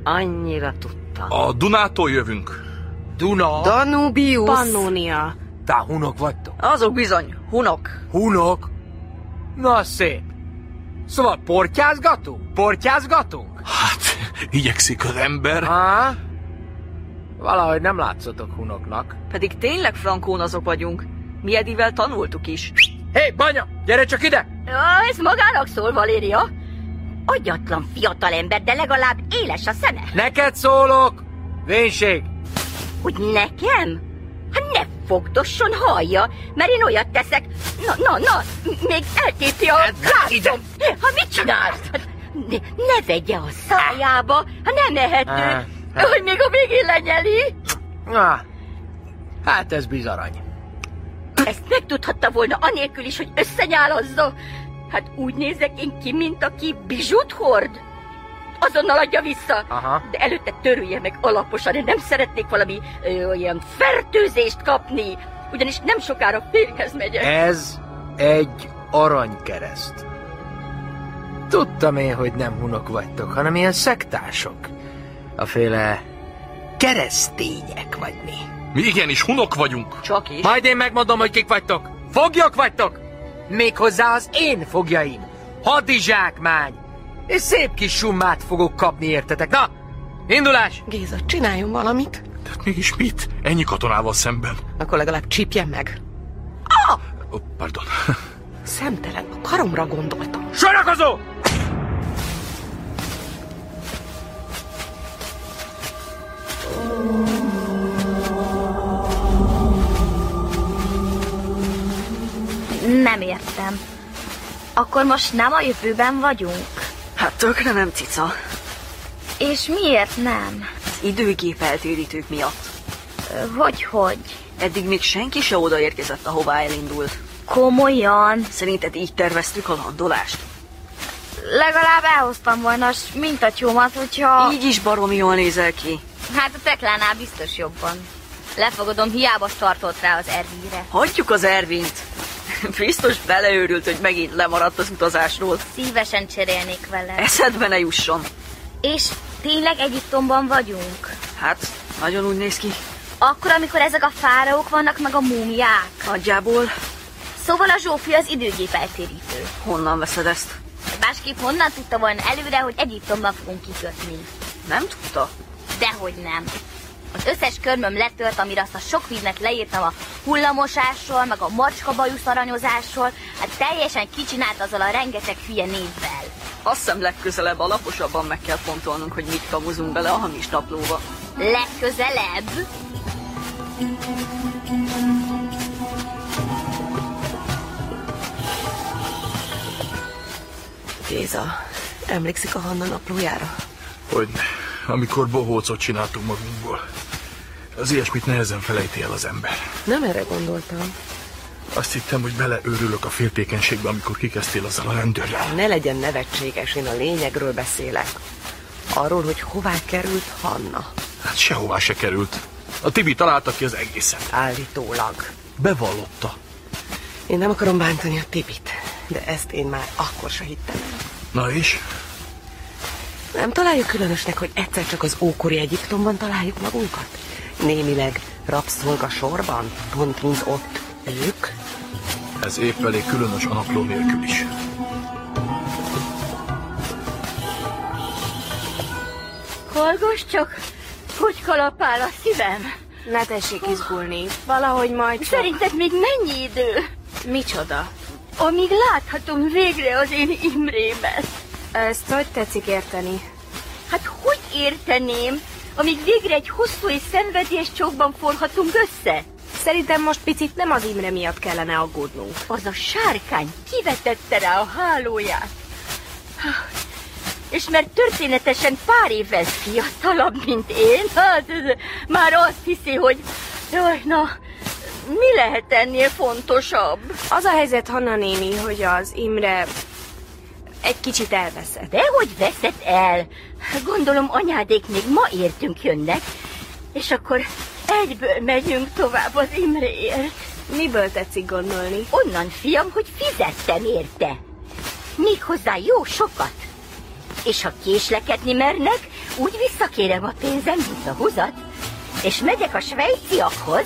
S1: Annyira tudtam.
S15: A Dunától jövünk.
S3: Duna.
S1: Danubius.
S19: Pannonia.
S3: Te hunok vagytok.
S14: Azok bizony, hunok.
S3: Hunok? Na szép. Szóval portyázgatunk? Portyázgatunk?
S15: Igyekszik az ember.
S3: Ha? Valahogy nem látszotok hunoknak.
S14: Pedig tényleg frankón azok vagyunk. Mi Edivel tanultuk is.
S3: Hé, hey, banya, gyere csak ide!
S11: Ja, ez magának szól, Valéria. Agyatlan fiatalember, de legalább éles a szeme.
S3: Neked szólok! Vénység!
S11: Hogy nekem? Hát ne fogdosson, hallja, mert én olyat teszek. Na, na, na, m- még eltépi a látom. Ha mit csinálsz? Hát Ne, ne vegye a szájába, ha nem
S3: Ah,
S11: ehető.
S3: ah.
S11: Hogy még a végén lenyeli.
S3: Na, hát ez bizarany.
S11: Ezt megtudhatta volna anélkül is, hogy összenyálazza. Hát úgy nézek én ki, mint aki bizsút hord. Azonnal adja vissza.
S3: Aha.
S11: De előtte törülje meg alaposan, én nem szeretnék valami ö, olyan fertőzést kapni, ugyanis nem sokára férjhez megyek.
S3: Ez egy aranykereszt. Tudtam én, hogy nem hunok vagytok, hanem ilyen szektások. A féle keresztények vagy mi.
S15: Mi igenis hunok vagyunk.
S14: Csak is.
S3: Majd én megmondom, hogy kik vagytok. Foglyok vagytok! Méghozzá az én fogjaim. Hadizsákmány! És szép kis summát fogok kapni értetek. Na, indulás!
S1: Géza, csináljon valamit.
S15: Tehát hát mégis mit? Ennyi katonával szemben.
S1: Akkor legalább csípjen meg.
S15: Ó, pardon. (laughs)
S1: Szemtelen, a karomra gondoltam.
S3: Sorakozó!
S1: Ó,
S21: Nem értem. Akkor most nem a jövőben vagyunk?
S14: Hát tökre nem cica.
S21: És miért nem?
S14: Az időgép eltérítők miatt.
S21: Hogy, hogy?
S14: Eddig még senki se odaérkezett, ahová elindult.
S21: Komolyan?
S14: Szerinted így terveztük a landolást?
S21: Legalább elhoztam volna a mintatyómat, hogyha...
S14: Így is baromi jól nézel ki.
S21: Hát a teklánál biztos jobban. Lefogadom, hiába tartott rá az ervire.
S14: Hagyjuk az Ervint. (laughs) Biztos beleőrült, hogy megint lemaradt az utazásról.
S21: Szívesen cserélnék vele.
S14: Eszedbe ne jusson.
S21: És tényleg Egyiptomban vagyunk?
S14: Hát, nagyon úgy néz ki.
S21: Akkor, amikor ezek a fáraók vannak, meg a múmiák.
S14: Nagyjából.
S21: Szóval a Zsófi az időgép eltérítő.
S14: Honnan veszed ezt?
S21: Másképp honnan tudta volna előre, hogy Egyiptomban fogunk kikötni?
S14: Nem tudta?
S21: Dehogy nem. Az összes körmöm letört, amire azt a sok víznek leírtam a hullamosásról, meg a macska bajusz aranyozásról, hát teljesen kicsinált azzal a rengeteg hülye névvel.
S14: Azt hiszem legközelebb alaposabban meg kell fontolnunk, hogy mit kamuzunk bele a hamis naplóba.
S21: Legközelebb?
S1: Géza, emlékszik a Hanna naplójára?
S15: Hogy amikor bohócot csináltunk magunkból. Az ilyesmit nehezen felejti el az ember.
S1: Nem erre gondoltam.
S15: Azt hittem, hogy beleőrülök a féltékenységbe, amikor kikezdtél azzal a rendőrrel.
S1: Ne legyen nevetséges, én a lényegről beszélek. Arról, hogy hová került Hanna.
S15: Hát sehová se került. A Tibi találta ki az egészet.
S1: Állítólag.
S15: Bevallotta.
S1: Én nem akarom bántani a Tibit, de ezt én már akkor se hittem. el.
S15: Na és?
S1: Nem találjuk különösnek, hogy egyszer csak az ókori Egyiptomban találjuk magunkat? Némileg rabszolga sorban, pont mint ott ők.
S15: Ez épp elég különös a napló nélkül is.
S11: Hallgass csak, hogy kalapál a szívem.
S10: Ne tessék izgulni. Valahogy majd csak...
S11: Szerinted még mennyi idő?
S10: Micsoda?
S11: Amíg láthatom végre az én Imrémet.
S10: Ezt hogy tetszik érteni?
S11: Hát hogy érteném, amíg végre egy hosszú és szenvedés csókban forhatunk össze?
S10: Szerintem most picit nem az Imre miatt kellene aggódnunk.
S11: Az a sárkány kivetette rá a hálóját. Há, És mert történetesen pár évvel fiatalabb, mint én, hát ez már azt hiszi, hogy jaj, na, mi lehet ennél fontosabb?
S10: Az a helyzet, Hanna néni, hogy az Imre egy kicsit elveszett.
S11: De hogy veszed el? Gondolom anyádék még ma értünk jönnek, és akkor egyből megyünk tovább az Imréért.
S10: Miből tetszik gondolni?
S11: Onnan, fiam, hogy fizettem érte. Méghozzá jó sokat. És ha késlekedni mernek, úgy visszakérem a pénzem, mint a húzat, és megyek a svejciakhoz.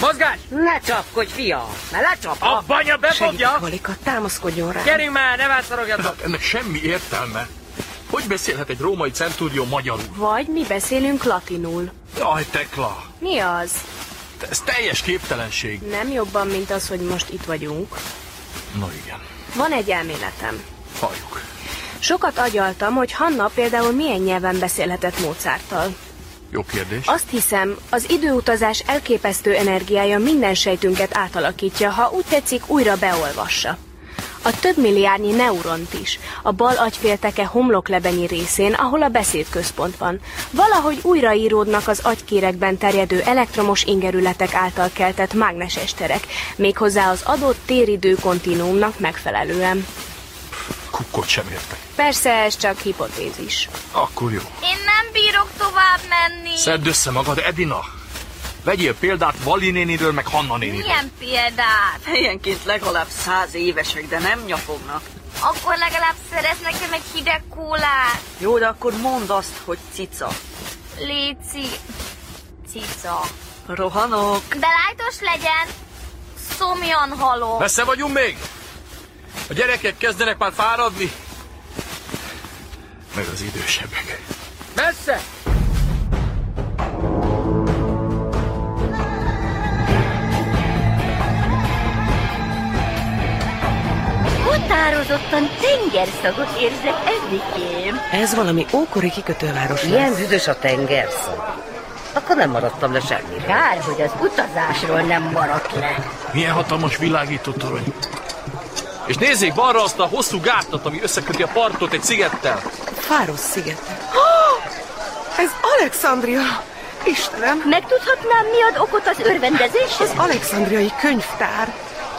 S3: Mozgás!
S12: Ne csapkodj, fia! Ne lecsap!
S3: A banya befogja!
S1: Valika, támaszkodjon rá.
S3: Gyerünk már, ne vátszorogjatok!
S15: Hát Ennek semmi értelme. Hogy beszélhet egy római centúrió magyarul?
S10: Vagy mi beszélünk latinul.
S15: Jaj, Tekla!
S10: Mi az?
S15: te- Ez teljes képtelenség.
S10: Nem jobban, mint az, hogy most itt vagyunk.
S15: Na igen,
S10: Van egy elméletem.
S15: halljuk.
S10: Sokat agyaltam, hogy Hanna például milyen nyelven beszélhetett Mozarttal.
S15: Jó kérdés.
S10: Azt hiszem, az időutazás elképesztő energiája minden sejtünket átalakítja, ha úgy tetszik, újra beolvassa. A több milliárdnyi neuront is, a bal agyfélteke homloklebenyi részén, ahol a beszédközpont van. Valahogy újraíródnak az agykérekben terjedő elektromos ingerületek által keltett mágneses terek, méghozzá az adott téridő kontinuumnak megfelelően.
S15: Kukkot sem értek.
S10: Persze ez csak hipotézis.
S15: Akkor jó.
S21: Én nem bírok tovább menni.
S15: Szedd össze magad, Edina! Vegyél példát Vali néniről, meg Hanna néniről.
S21: Milyen példát?
S14: Helyenként legalább száz évesek, de nem nyafognak.
S21: Akkor legalább szerez nekem egy hideg kólát.
S14: Jó, de akkor mondd azt, hogy cica.
S21: Léci. Cica.
S14: Rohanok.
S21: De lájtos legyen. Szomjan halok.
S15: Messze vagyunk még? A gyerekek kezdenek már fáradni. Meg az idősebbek.
S3: Messze!
S11: Után határozottan tengerszagot érzek eddigém.
S1: Ez valami ókori kikötőváros
S12: Milyen
S1: lesz.
S12: büdös a tengerszó. Akkor nem maradtam le semmiről.
S11: Kár, hogy az utazásról nem maradt le.
S15: Milyen hatalmas világító torony. És nézzék balra azt a hosszú gátat, ami összeköti a partot egy szigettel.
S1: Fáros sziget. (gasps) Ez Alexandria! Istenem!
S11: Megtudhatnám, mi ad okot az örvendezésre?
S1: Az alexandriai könyvtár.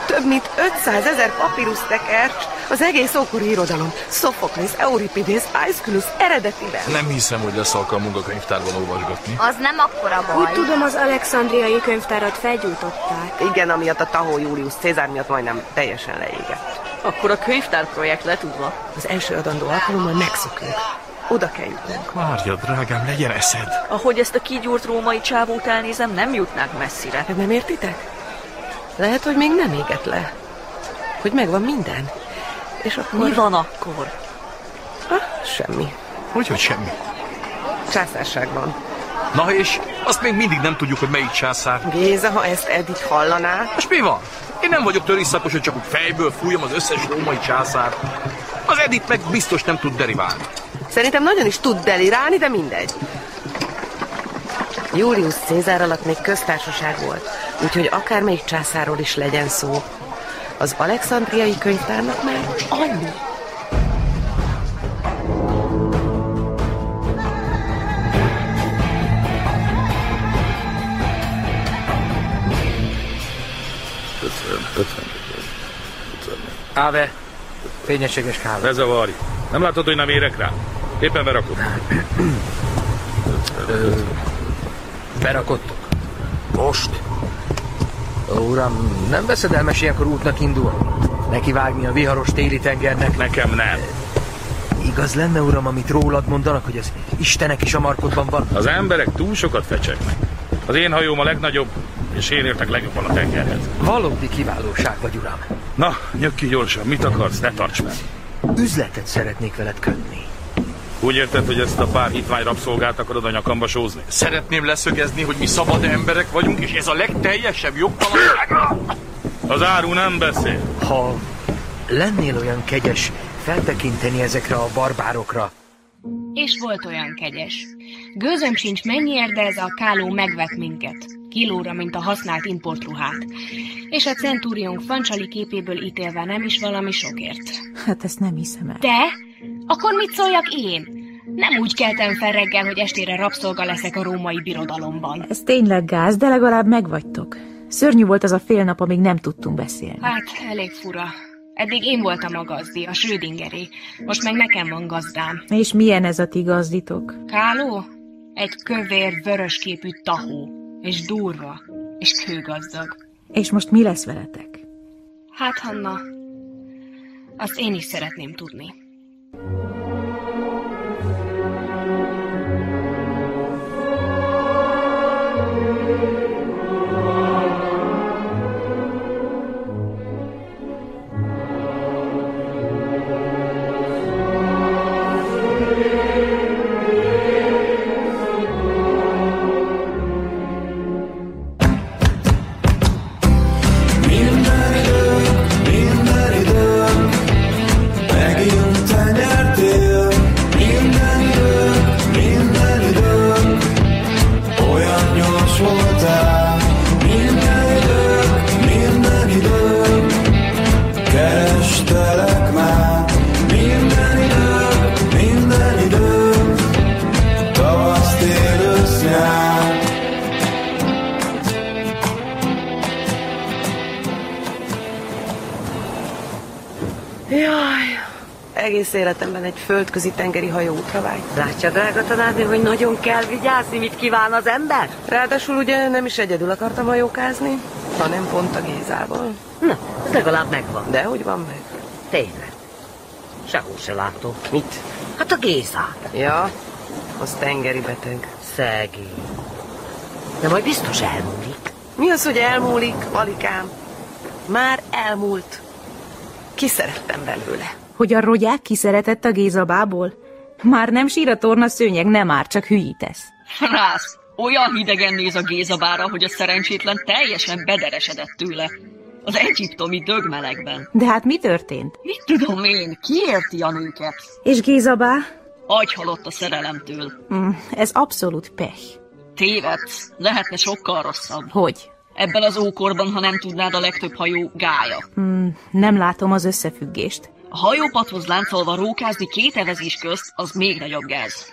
S1: Több mint 500 ezer papírusztekercs. Az egész ókori irodalom. Sophocles, Euripides, Aeschylus eredetiben.
S15: Nem hiszem, hogy lesz alkalmunk a könyvtárban olvasgatni.
S11: Az nem akkora
S10: Úgy tudom, az alexandriai könyvtárat felgyújtották.
S1: Igen, amiatt a Tahó Július Cézár miatt majdnem teljesen leégett.
S14: Akkor a könyvtár projekt letudva.
S1: Az első adandó alkalommal megszökünk. Oda kell jutnunk.
S15: Várja, drágám, legyen eszed.
S14: Ahogy ezt a kigyúrt római csávót elnézem, nem jutnánk messzire.
S1: Nem értitek? Lehet, hogy még nem éget le. Hogy megvan minden. És akkor...
S14: Mi van akkor?
S1: Semmi.
S15: Hogy, hogy semmi?
S1: Császárságban.
S15: Na és azt még mindig nem tudjuk, hogy melyik császár.
S1: Géza, ha ezt Edith hallaná...
S15: És mi van? Én nem vagyok törésszakos, hogy csak úgy fejből fújom az összes római császár. Az Edith meg biztos nem tud deriválni.
S1: Szerintem nagyon is tud delirálni, de mindegy. Július Cézár alatt még köztársaság volt, úgyhogy akármelyik császáról is legyen szó. Az alexandriai könyvtárnak már annyi.
S27: Köszönöm, köszönöm. köszönöm.
S3: Áve, fényességes kávé.
S27: Ne zavarj. Nem látod, hogy nem érek rá? Éppen berakom.
S3: Berakodtok? Most? Ó, Uram, nem veszedelmes ilyenkor útnak indul? Nekivágni a viharos téli tengernek?
S27: Nekem nem.
S3: Igaz lenne, uram, amit rólad mondanak, hogy az Istenek is a markodban van?
S27: Az emberek túl sokat fecsegnek. Az én hajóm a legnagyobb, és én értek legjobban a tengerhez.
S3: Valódi kiválóság vagy, uram.
S27: Na, nyök ki gyorsan, mit akarsz? Ne tarts meg.
S3: Üzletet szeretnék veled kötni.
S27: Úgy érted, hogy ezt a pár hitvány rabszolgát akarod a nyakamba sózni?
S15: Szeretném leszögezni, hogy mi szabad emberek vagyunk, és ez a legteljesebb jogtalanság.
S27: Az áru nem beszél.
S3: Ha lennél olyan kegyes feltekinteni ezekre a barbárokra,
S7: És volt olyan kegyes. Gőzöm sincs mennyiért, de ez a káló megvet minket. Kilóra, mint a használt importruhát. És a centúriónk fancsali képéből ítélve nem is valami sokért.
S25: Hát ezt nem hiszem el.
S7: De? Akkor mit szóljak én? Nem úgy keltem fel reggel, hogy estére rabszolga leszek a római birodalomban.
S25: Ez tényleg gáz, de legalább megvagytok. Szörnyű volt az a fél nap, amíg nem tudtunk beszélni.
S7: Hát, elég fura. Eddig én voltam a gazdi, a Schrödingeré. Most meg nekem van gazdám.
S25: És milyen ez a ti gazditok?
S7: Káló? Egy kövér, vörösképű tahó. És durva. És kőgazdag.
S25: És most mi lesz veletek?
S7: Hát, Hanna, azt én is szeretném tudni.
S8: Minden időm megint te nyertél. Minden időm, minden időm olyan gyors voltál. Minden időm, minden időm kerestelek már. Minden időm, minden időm tavasz, tél, ősz, nyár.
S1: Jaj, egész életemben egy földközi tengeri hajó útra vágy. Látja, drága tanárnő, hogy nagyon kell vigyázni, mit kíván az ember? Ráadásul ugye nem is egyedül akartam hajókázni, hanem pont a Gézával.
S12: Na, ez legalább megvan.
S1: De hogy van meg?
S12: Tényleg. Sehol se látom. Mit? Hát a Gézát.
S1: Ja, az tengeri beteg.
S12: Szegény. De majd biztos elmúlik.
S1: Mi az, hogy elmúlik, Alikám? Már elmúlt. Kiszerettem belőle.
S25: Hogy a rogyák kiszeretett a Géza bából? Már nem sír a torna szőnyeg, nem már, csak hülyítesz.
S16: Frász! Olyan hidegen néz a Gézabára, hogy a szerencsétlen teljesen bederesedett tőle.
S14: Az egyiptomi dögmelegben.
S25: De hát mi történt?
S14: Mit tudom én, ki érti a nőket?
S10: És Gézabá?
S14: Agyhalott a szerelemtől.
S25: Mm, ez abszolút pech.
S14: Tévedsz, lehetne sokkal rosszabb.
S25: Hogy?
S14: Ebben az ókorban, ha nem tudnád, a legtöbb hajó gája.
S25: Mm, nem látom az összefüggést.
S14: A hajópathoz láncolva rókázni két evezés közt, az még nagyobb gáz.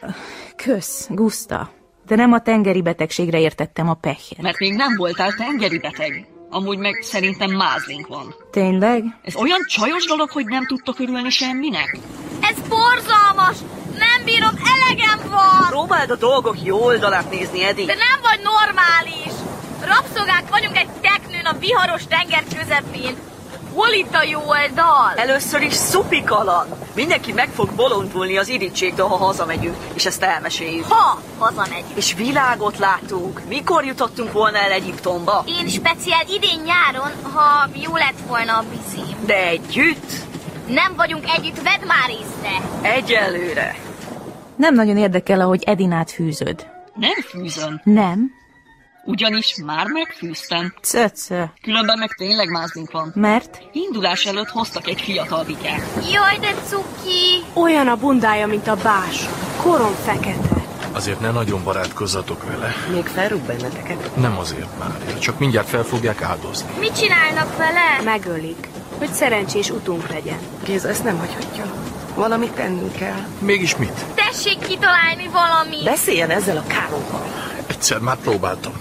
S25: Kösz, Gusta. De nem a tengeri betegségre értettem a pehet.
S14: Mert még nem voltál tengeri beteg. Amúgy meg szerintem mázlink van.
S25: Tényleg?
S14: Ez olyan csajos dolog, hogy nem tudtok örülni semminek?
S21: Ez borzalmas! Nem bírom, elegem van!
S28: Próbáld a dolgok jó oldalát nézni, Edi.
S21: De nem vagy normális! Rabszolgák vagyunk egy teknőn a viharos tenger közepén. Hol itt a jó oldal?
S28: Először is szupik alan. Mindenki meg fog bolondulni az irítségtől, ha hazamegyünk, és ezt elmeséljük.
S21: Ha hazamegy.
S28: És világot látunk. Mikor jutottunk volna el Egyiptomba?
S21: Én speciál idén nyáron, ha jó lett volna a bizim.
S28: De együtt?
S21: Nem vagyunk együtt, vedd már észre!
S28: Egyelőre.
S25: Nem nagyon érdekel, ahogy Edinát fűzöd.
S14: Nem fűzöm,
S25: Nem?
S14: ugyanis már megfűztem.
S25: Cöcö.
S14: Különben meg tényleg mázlink van.
S25: Mert?
S14: Indulás előtt hoztak egy fiatal vikert.
S21: Jaj, de cuki!
S10: Olyan a bundája, mint a bás. Korom fekete.
S15: Azért ne nagyon barátkozzatok vele.
S1: Még felrúg benneteket?
S15: Nem azért már, csak mindjárt fel fogják áldozni.
S21: Mit csinálnak vele?
S10: Megölik. Hogy szerencsés utunk legyen.
S1: Géza, ezt nem hagyhatja. Valamit tennünk kell.
S15: Mégis mit?
S21: Tessék kitalálni valamit!
S1: Beszéljen ezzel a kálóval.
S15: Egyszer már próbáltam.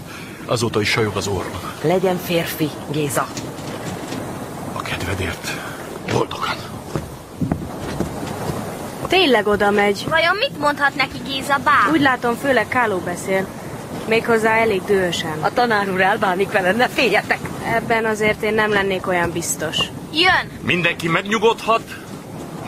S15: Azóta is sajog az orrom.
S1: Legyen férfi, Géza.
S15: A kedvedért. Boldogan.
S10: Tényleg oda megy.
S21: Vajon mit mondhat neki Géza bá?
S10: Úgy látom, főleg Káló beszél. Méghozzá elég dühösen.
S1: A tanár úr elbánik vele, ne féljetek!
S10: Ebben azért én nem lennék olyan biztos.
S21: Jön!
S15: Mindenki megnyugodhat.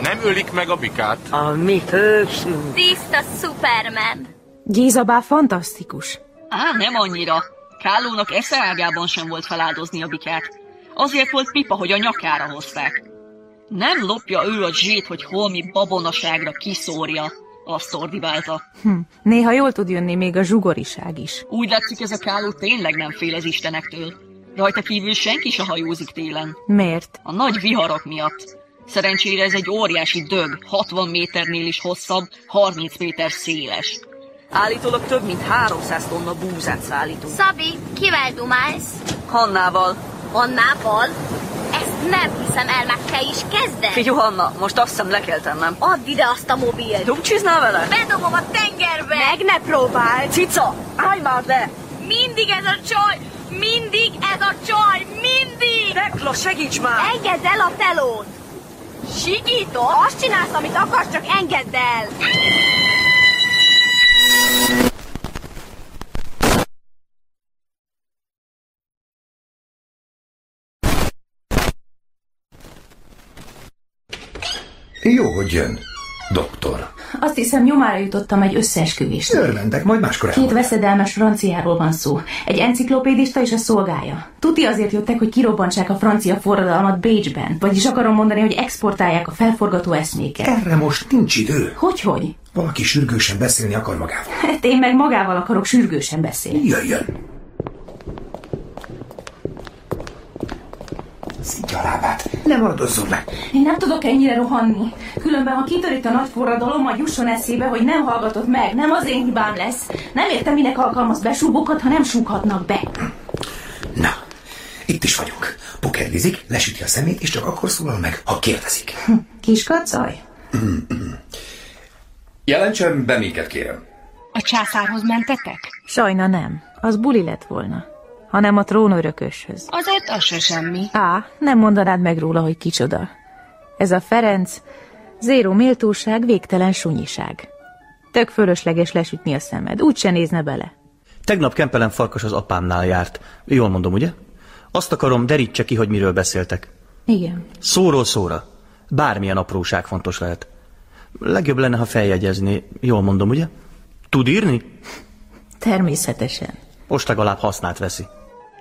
S15: Nem ölik meg a bikát.
S1: A mi hősünk.
S21: Tiszta Superman!
S25: Gézabá fantasztikus.
S14: Á, nem annyira. Kálónak esze ágában sem volt feláldozni a bikát. Azért volt pipa, hogy a nyakára hozták. Nem lopja ő a zsét, hogy holmi babonaságra kiszórja. Azt ordibálta.
S25: Hm. Néha jól tud jönni még a zsugoriság is.
S14: Úgy látszik, ez a Káló tényleg nem fél az istenektől. Rajta kívül senki se hajózik télen.
S25: Miért?
S14: A nagy viharok miatt. Szerencsére ez egy óriási dög, 60 méternél is hosszabb, 30 méter széles.
S28: Állítólag több mint 300 tonna búzát szállítunk.
S21: Szabi, kivel dumálsz?
S28: Hannával.
S21: Annával? Ezt nem hiszem el, meg te is kezded?
S28: Figyú, Hanna, most azt hiszem le kell tennem.
S21: Add ide azt a mobilt!
S28: Dumcsiznál vele?
S21: Bedobom a tengerbe!
S10: Meg ne próbálj!
S28: Cica, állj már le!
S21: Mindig ez a csaj! Mindig ez a csaj! Mindig!
S28: Tekla, segíts már!
S21: Engedd el a telót! Sigító, azt csinálsz, amit akarsz, csak engedd el!
S29: Jó, hogy jön, doktor.
S25: Azt hiszem, nyomára jutottam egy összeesküvést.
S29: Örvendek, majd máskor
S25: Két
S29: elmondom.
S25: veszedelmes franciáról van szó. Egy enciklopédista és a szolgája. Tuti azért jöttek, hogy kirobbantsák a francia forradalmat Bécsben. Vagyis akarom mondani, hogy exportálják a felforgató eszméket.
S29: Erre most nincs idő.
S25: Hogyhogy?
S29: Valaki sürgősen beszélni akar magával.
S25: Hát én meg magával akarok sürgősen beszélni.
S29: Jöjjön! Szidja a lábát, ne mardozzon meg!
S25: Én nem tudok ennyire rohanni. Különben, ha kitör itt a nagy forradalom, majd jusson eszébe, hogy nem hallgatott meg. Nem az én hibám lesz. Nem értem, minek alkalmaz besúgókat, ha nem súghatnak be.
S29: Na, itt is vagyunk. Pokerlizik, lesüti a szemét, és csak akkor szólal meg, ha kérdezik. Mm,
S25: Kiskacaj?
S29: Jelentsen be minket, kérem.
S30: A császárhoz mentetek?
S25: Sajna nem. Az buli lett volna. Hanem a trónörököshöz.
S30: Azért az se semmi.
S25: Á, nem mondanád meg róla, hogy kicsoda. Ez a Ferenc, zéró méltóság, végtelen sunyiság. Tök fölösleges lesütni a szemed, úgyse nézne bele.
S5: Tegnap Kempelen Farkas az apámnál járt. Jól mondom, ugye? Azt akarom, derítse ki, hogy miről beszéltek.
S25: Igen.
S5: Szóról szóra. Bármilyen apróság fontos lehet. Legjobb lenne, ha feljegyezni. Jól mondom, ugye? Tud írni?
S25: Természetesen.
S5: Most legalább hasznát veszi.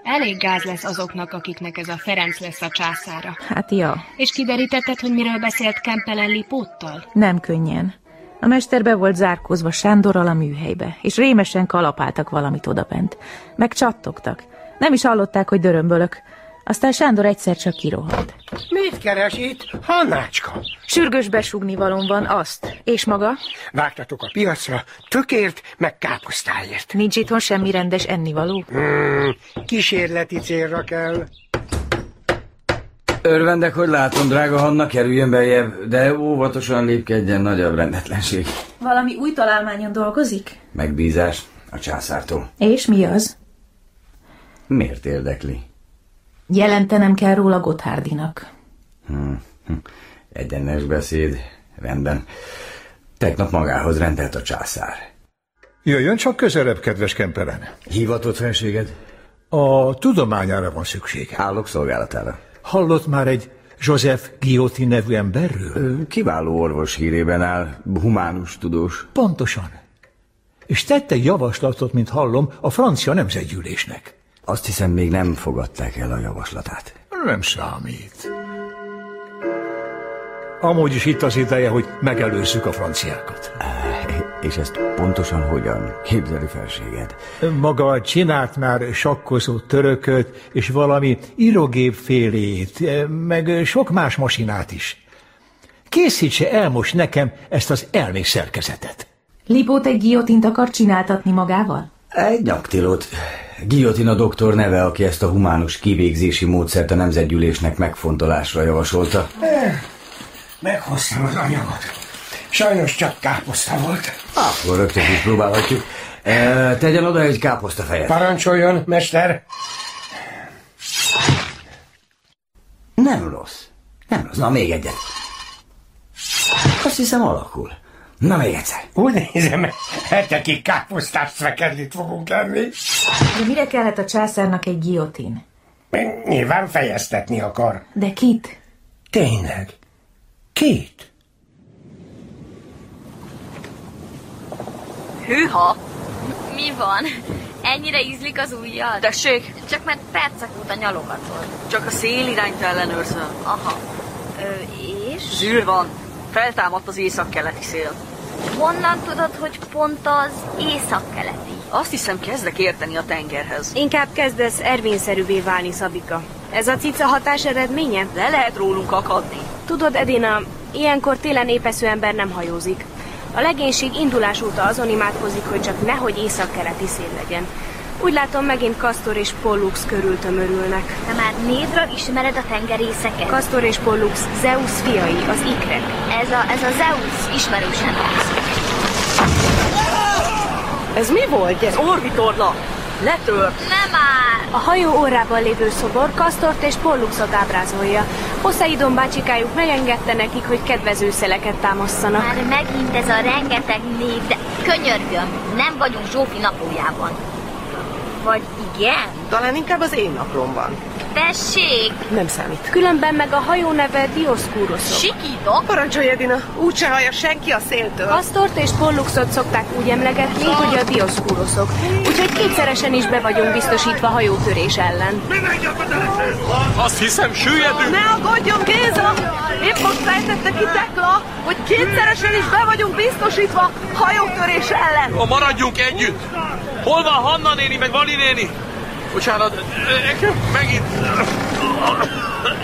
S30: Elég gáz lesz azoknak, akiknek ez a Ferenc lesz a császára.
S25: Hát ja,
S30: És kiderítetted, hogy miről beszélt Kempelen Lipóttal?
S25: nem könnyen. A mester be volt zárkózva Sándorral a műhelybe, és rémesen kalapáltak valamit odabent. Meg csattogtak. Nem is hallották, hogy dörömbölök. Aztán Sándor egyszer csak kirohant.
S24: Mit keres itt, Hannácska?
S25: Sürgős besúgni valon van azt. És maga?
S24: Vágtatok a piacra tökért, meg káposztáért.
S25: Nincs itthon semmi rendes ennivaló?
S24: Hmm, kísérleti célra kell.
S9: Örvendek, hogy látom, drága Hanna, kerüljön beljebb, de óvatosan lépkedjen, nagyobb rendetlenség.
S25: Valami új találmányon dolgozik?
S9: Megbízás a császártól.
S25: És mi az?
S9: Miért érdekli?
S25: Jelentenem kell róla Gotthárdinak.
S9: Hm, hm, Egyenes beszéd, rendben. Tegnap magához rendelt a császár.
S6: Jöjjön csak közelebb, kedves Kemperen.
S9: Hivatott fenséged?
S6: A tudományára van szükség.
S9: Állok szolgálatára.
S6: Hallott már egy Joseph Gioti nevű emberről?
S9: Ő Kiváló orvos hírében áll, humánus tudós.
S6: Pontosan. És tette egy javaslatot, mint hallom, a francia nemzetgyűlésnek.
S9: Azt hiszem, még nem fogadták el a javaslatát.
S6: Nem számít. Amúgy is itt az ideje, hogy megelőzzük a franciákat.
S9: És ezt pontosan hogyan képzeli felséged?
S6: Maga csinált már sakkozó törököt, és valami irogépfélét, meg sok más masinát is. Készítse el most nekem ezt az elmés szerkezetet.
S25: Lipót egy giotint akar csináltatni magával?
S9: Egy nyaktilót. Giotina doktor neve, aki ezt a humánus kivégzési módszert a nemzetgyűlésnek megfontolásra javasolta.
S24: Meghoztam az anyagot. Sajnos csak káposzta volt.
S9: Akkor rögtön is próbálhatjuk. E, tegyen oda egy káposztafejet.
S24: Parancsoljon, mester!
S9: Nem rossz. Nem rossz. Na, még egyet. Azt hiszem alakul. Na, még egyszer.
S24: Úgy nézem, hetekig káposztás fekedlit fogunk enni.
S25: De mire kellett a császárnak egy giotin?
S24: Nyilván fejeztetni akar.
S25: De kit?
S24: Tényleg? Két?
S21: Hűha! Mi van? Ennyire ízlik az ujjad?
S14: Tessék?
S21: Csak már percek óta nyalogatod.
S14: Csak a szél irányt ellenőrzöm.
S21: Aha. Ö, és?
S14: Zsűr van. Feltámadt az északkeleti szél.
S21: Honnan tudod, hogy pont az északkeleti?
S14: Azt hiszem, kezdek érteni a tengerhez.
S10: Inkább kezdesz ervényszerűvé válni, Szabika. Ez a cica hatás eredménye?
S14: Le lehet rólunk akadni.
S10: Tudod, Edina, ilyenkor télen épesző ember nem hajózik. A legénység indulás óta azon imádkozik, hogy csak nehogy északkeleti szél legyen. Úgy látom, megint Kastor és Pollux körül tömörülnek.
S21: Te már névről ismered a tengerészeket?
S10: Kastor és Pollux, Zeus fiai, az ikrek.
S21: Ez a, ez a Zeus ismerősen hangzik.
S1: Ez mi volt? Ez
S14: orbitorla. Letört.
S21: Nem már!
S10: A hajó órában lévő szobor Kastort és Polluxot ábrázolja. Poseidon bácsikájuk megengedte nekik, hogy kedvező szeleket támasszanak.
S21: Már megint ez a rengeteg név, de könyörgöm, nem vagyunk Zsófi napójában. Vagy igen?
S1: Talán inkább az én naplomban.
S21: Tessék!
S1: Nem számít.
S10: Különben meg a hajó neve Dioszkúroszok.
S21: Sikítok?
S1: Parancsolj, Edina, úgyse hallja senki a széltől.
S10: Kastort és Polluxot szokták úgy emlegetni, hogy a dioszkúroszok. Úgyhogy kétszeresen is be vagyunk biztosítva hajótörés ellen.
S15: Azt hiszem, süllyedünk.
S1: Ne aggódjon, Géza! Épp most fejtette ki Tekla, hogy kétszeresen is be vagyunk biztosítva hajótörés ellen.
S15: Ha maradjunk együtt. Hol van Hanna néni, meg Vali néni? Bocsánat, nekem megint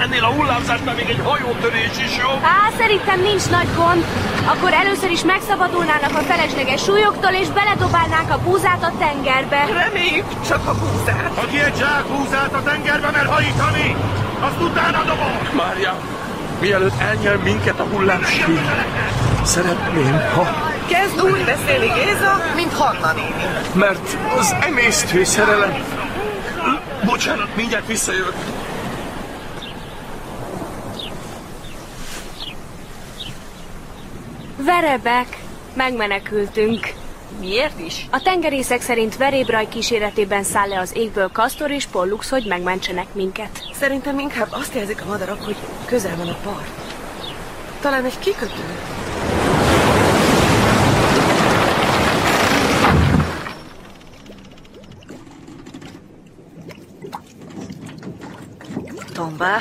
S15: ennél a hullámzásnál még egy hajótörés is jó.
S10: Á, szerintem nincs nagy gond. Akkor először is megszabadulnának a felesleges súlyoktól, és beledobálnák a búzát a tengerbe.
S1: Reméljük csak a búzát.
S15: Aki egy zsák húzát a tengerbe, mert hajítani, azt utána dobom. Mária, mielőtt elnyel minket a hullámsík, szeretném, ha
S1: Kezd úgy beszélni Géza, mint Hanna néni.
S15: mert az emésztő szerelem... Bocsánat, mindjárt visszajövök.
S10: Verebek, megmenekültünk.
S14: Miért is?
S10: A tengerészek szerint verébraj kíséretében száll le az égből Kastor és Pollux, hogy megmentsenek minket.
S1: Szerintem inkább azt jelzik a madarak, hogy közel van a part. Talán egy kikötő.
S14: Tombá.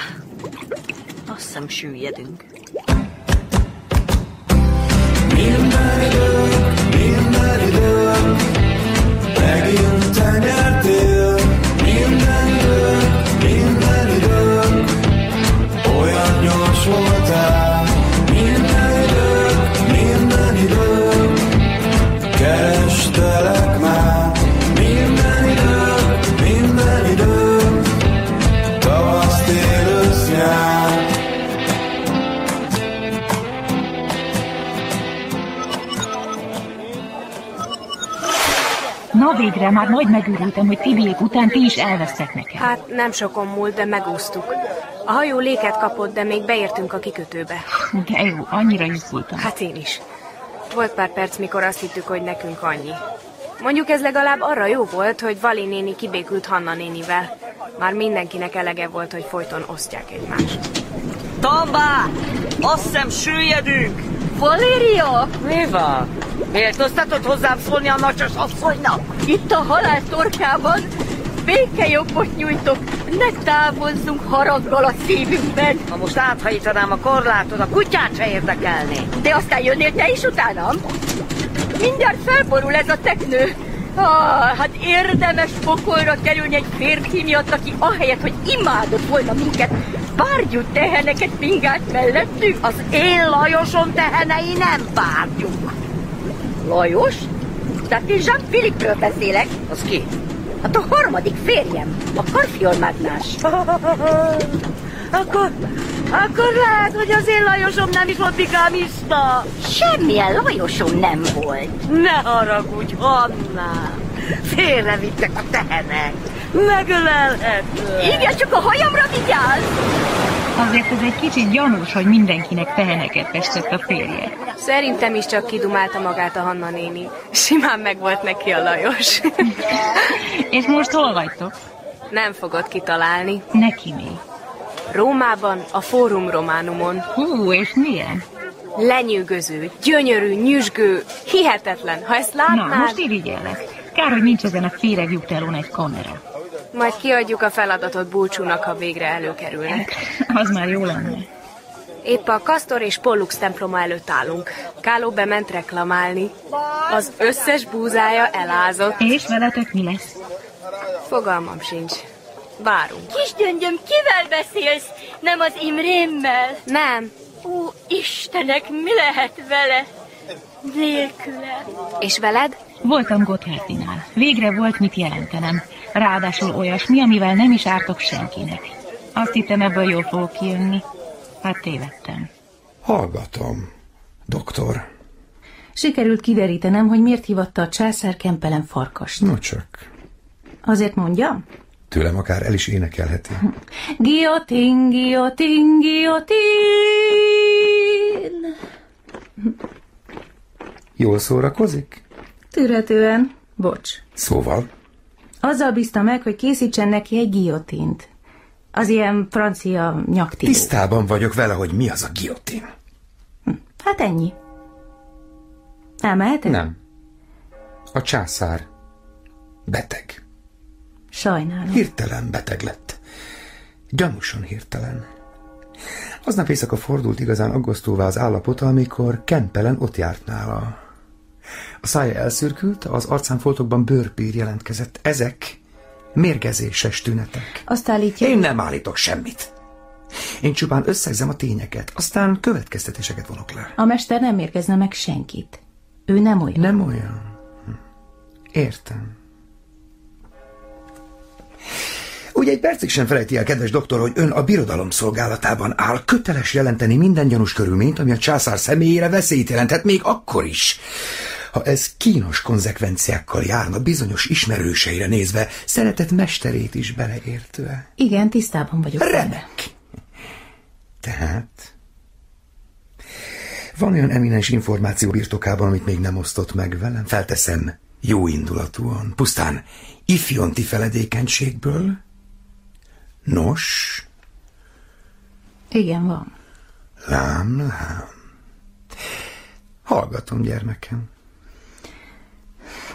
S14: Azt hiszem, süllyedünk.
S8: Megint tenyertél, minden idők, minden idő.
S25: Na végre, már majd megőrültem, hogy Tibiék után ti is elvesztek nekem.
S10: Hát nem sokon múlt, de megúsztuk. A hajó léket kapott, de még beértünk a kikötőbe.
S25: De jó, annyira izgultam.
S10: Hát én is. Volt pár perc, mikor azt hittük, hogy nekünk annyi. Mondjuk ez legalább arra jó volt, hogy Vali néni kibékült Hanna nénivel. Már mindenkinek elege volt, hogy folyton osztják egymást.
S14: Tombá! Azt hiszem süllyedünk!
S11: Valéria!
S14: Mi van? Miért osztatod hozzám szólni a nacsos asszonynak?
S11: Itt a halál torkában békejobbot nyújtok, ne távozzunk haraggal a szívünkben.
S14: Ha most áthajítanám a korlátot, a kutyát se érdekelné.
S11: De aztán jönnél te is utánam? Mindjárt felborul ez a teknő. Ah, hát érdemes pokolra kerülni egy férfi miatt, aki ahelyett, hogy imádott volna minket, bárgyú teheneket pingált mellettünk.
S14: Az én Lajosom tehenei nem bárgyuk.
S11: Lajos? Tehát én Jean Philipről beszélek.
S14: Az ki?
S11: Hát a harmadik férjem, a (laughs) karfiolmágnás.
S14: Akkor, akkor lehet, hogy az én Lajosom nem is volt bigamista.
S11: Semmilyen Lajosom nem volt.
S14: Ne haragudj, Anna! Félrevittek a tehenek. Megölelhető.
S11: Igen, csak a hajamra vigyázz!
S25: Azért ez egy kicsit gyanús, hogy mindenkinek teheneket festett a férje.
S10: Szerintem is csak kidumálta magát a Hanna néni. Simán megvolt neki a Lajos.
S25: (laughs) És most hol vagytok?
S10: Nem fogod kitalálni.
S25: Neki mi?
S10: Rómában, a Fórum Románumon.
S25: Hú, és milyen?
S10: Lenyűgöző, gyönyörű, nyüzsgő, hihetetlen. Ha ezt látnád...
S25: Na, most irigyellek. Kár, hogy nincs ezen a féreg lyuktelón egy kamera.
S10: Majd kiadjuk a feladatot búcsúnak, ha végre előkerülnek.
S25: (laughs) Az már jó lenne.
S10: Épp a Kastor és Pollux temploma előtt állunk. Káló bement reklamálni. Az összes búzája elázott.
S25: És veletek mi lesz?
S10: Fogalmam sincs. Várunk.
S11: Kis gyöngyöm, kivel beszélsz? Nem az Imrémmel?
S10: Nem.
S11: Ó, Istenek, mi lehet vele? Nélküle.
S10: És veled?
S25: Voltam Gotthardinál. Végre volt mit jelentenem. Ráadásul olyasmi, amivel nem is ártok senkinek. Azt hittem, ebből jól fogok kijönni. Hát tévedtem.
S29: Hallgatom, doktor.
S25: Sikerült kiderítenem, hogy miért hívatta a császár Kempelen farkast.
S29: No csak.
S25: Azért mondjam?
S29: Tőlem akár el is énekelheti.
S25: Giotin, giotin, giotin.
S29: Jól szórakozik?
S25: Tűretően. Bocs.
S29: Szóval?
S25: Azzal bízta meg, hogy készítsen neki egy giotint. Az ilyen francia nyaktívó.
S29: Tisztában vagyok vele, hogy mi az a giotin.
S25: Hát ennyi. Elmehetek?
S29: Nem. A császár beteg.
S25: Sajnálom.
S29: Hirtelen beteg lett. Gyanúsan hirtelen. Aznap éjszaka fordult igazán aggasztóvá az állapota, amikor Kempelen ott járt nála. A szája elszürkült, az arcán foltokban bőrpír jelentkezett. Ezek mérgezéses tünetek.
S25: Azt állítja.
S29: Én nem állítok semmit. Én csupán összegzem a tényeket, aztán következtetéseket vonok le.
S25: A mester nem érkezne meg senkit. Ő nem olyan.
S29: Nem olyan. Értem. Úgy egy percig sem felejti el, kedves doktor, hogy ön a birodalom szolgálatában áll, köteles jelenteni minden gyanús körülményt, ami a császár személyére veszélyt jelenthet, még akkor is. Ha ez kínos konzekvenciákkal járna bizonyos ismerőseire nézve, szeretett mesterét is beleértve.
S25: Igen, tisztában vagyok.
S29: Remek! Tehát... Van olyan eminens információ birtokában, amit még nem osztott meg velem? Felteszem, jó indulatúan, pusztán ifjonti feledékenységből? Nos?
S25: Igen, van.
S29: Lám, lám. Hallgatom, gyermekem.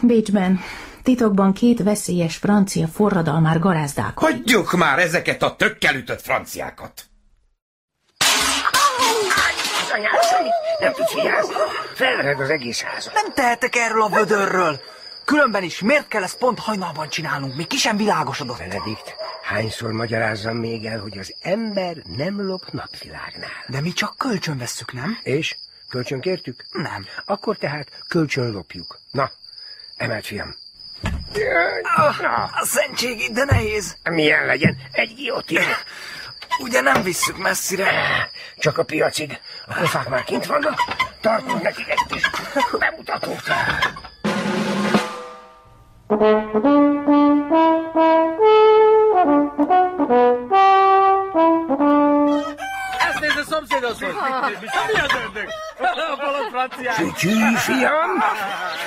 S25: Bécsben titokban két veszélyes francia forradalmár garázdálkodik.
S31: Hagyjuk már ezeket a tökkelütött franciákat!
S24: Nem tudsz vigyázni. Felvered az egész házat.
S3: Nem tehetek erről a vödörről. Különben is miért kell ezt pont hajnalban csinálnunk? Még ki sem világosodott.
S24: Benedikt, hányszor magyarázzam még el, hogy az ember nem lop napvilágnál.
S3: De mi csak kölcsön vesszük, nem?
S24: És? Kölcsön kértük?
S3: Nem.
S24: Akkor tehát kölcsön lopjuk. Na, emelt fiam.
S3: Na. Ah, A szentség itt, de nehéz.
S24: Milyen legyen? Egy giotin.
S3: (laughs) Ugye nem visszük messzire?
S24: Csak a piacig. A pofák már kint vannak. Tartunk nekik egy kis bemutatót.
S3: Ezt nézd a szomszédoshoz! Mi az ördög? A balon franciák!
S32: Sütjű, fiam!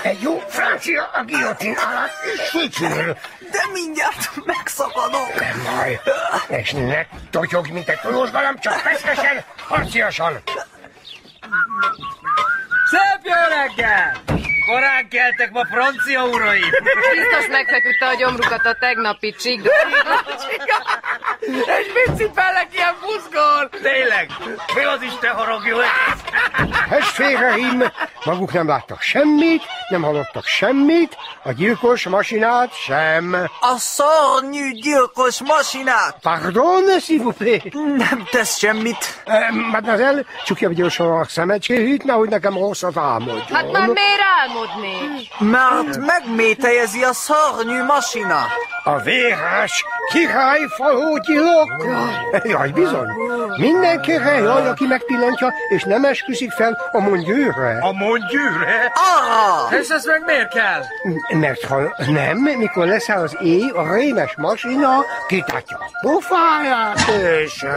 S32: Egy jó francia a guillotine alatt is sütjül.
S3: De mindjárt megszakadok!
S32: Nem baj. És ne totyog, mint egy tojósgalamb, csak feszkesen, harciasan.
S3: Szép jó reggel! Korán keltek ma francia uraim!
S1: Biztos megfeküdte a gyomrukat a tegnapi csigda.
S3: És mit cipellek ilyen buzgol? Tényleg, mi az Isten haragja?
S24: Ez félreim, maguk nem láttak semmit, nem hallottak semmit, a gyilkos masinát sem.
S3: A szörnyű gyilkos masinát!
S24: Pardon, s'il vous plaît.
S3: Nem tesz semmit.
S24: Mademoiselle, csukja gyorsan a szemecséhűt, nehogy nekem rosszat álmodjon.
S1: Hát már miért álmodnék?
S3: Mert megmételjezi a szörnyű masina.
S24: A vérás király faló gyilok. Jaj, bizony. Mindenki hely, aki megpillantja, és nem esküszik fel a mondjőre.
S3: A mondjőre?
S4: Ah!
S3: Arra! És ez meg miért kell?
S24: Mert ha nem, mikor leszáll az éj, a rémes masina kitátja a pofáját, és... Uh,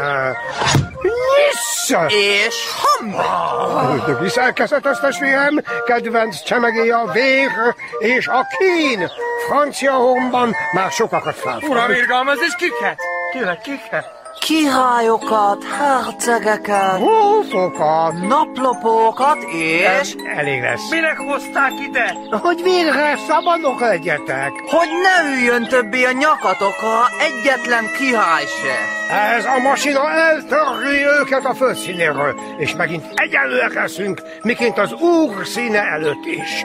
S24: nyissza!
S3: És hamar!
S24: Ördög is elkezdett azt a fiam, kedvenc csemegé a vér és a kín. Francia honban már sokakat felfogott.
S3: Uram, irgalmaz, és kiket? Kiket, kiket?
S4: Királyokat, hercegeket,
S24: Grófokat,
S4: naplopókat és...
S24: Elég lesz.
S3: Minek hozták ide?
S24: Hogy végre szabadok legyetek.
S4: Hogy ne üljön többé a nyakatokra egyetlen király se.
S24: Ez a masina eltörli őket a földszínéről, és megint egyenlőek leszünk, miként az úr színe előtt is.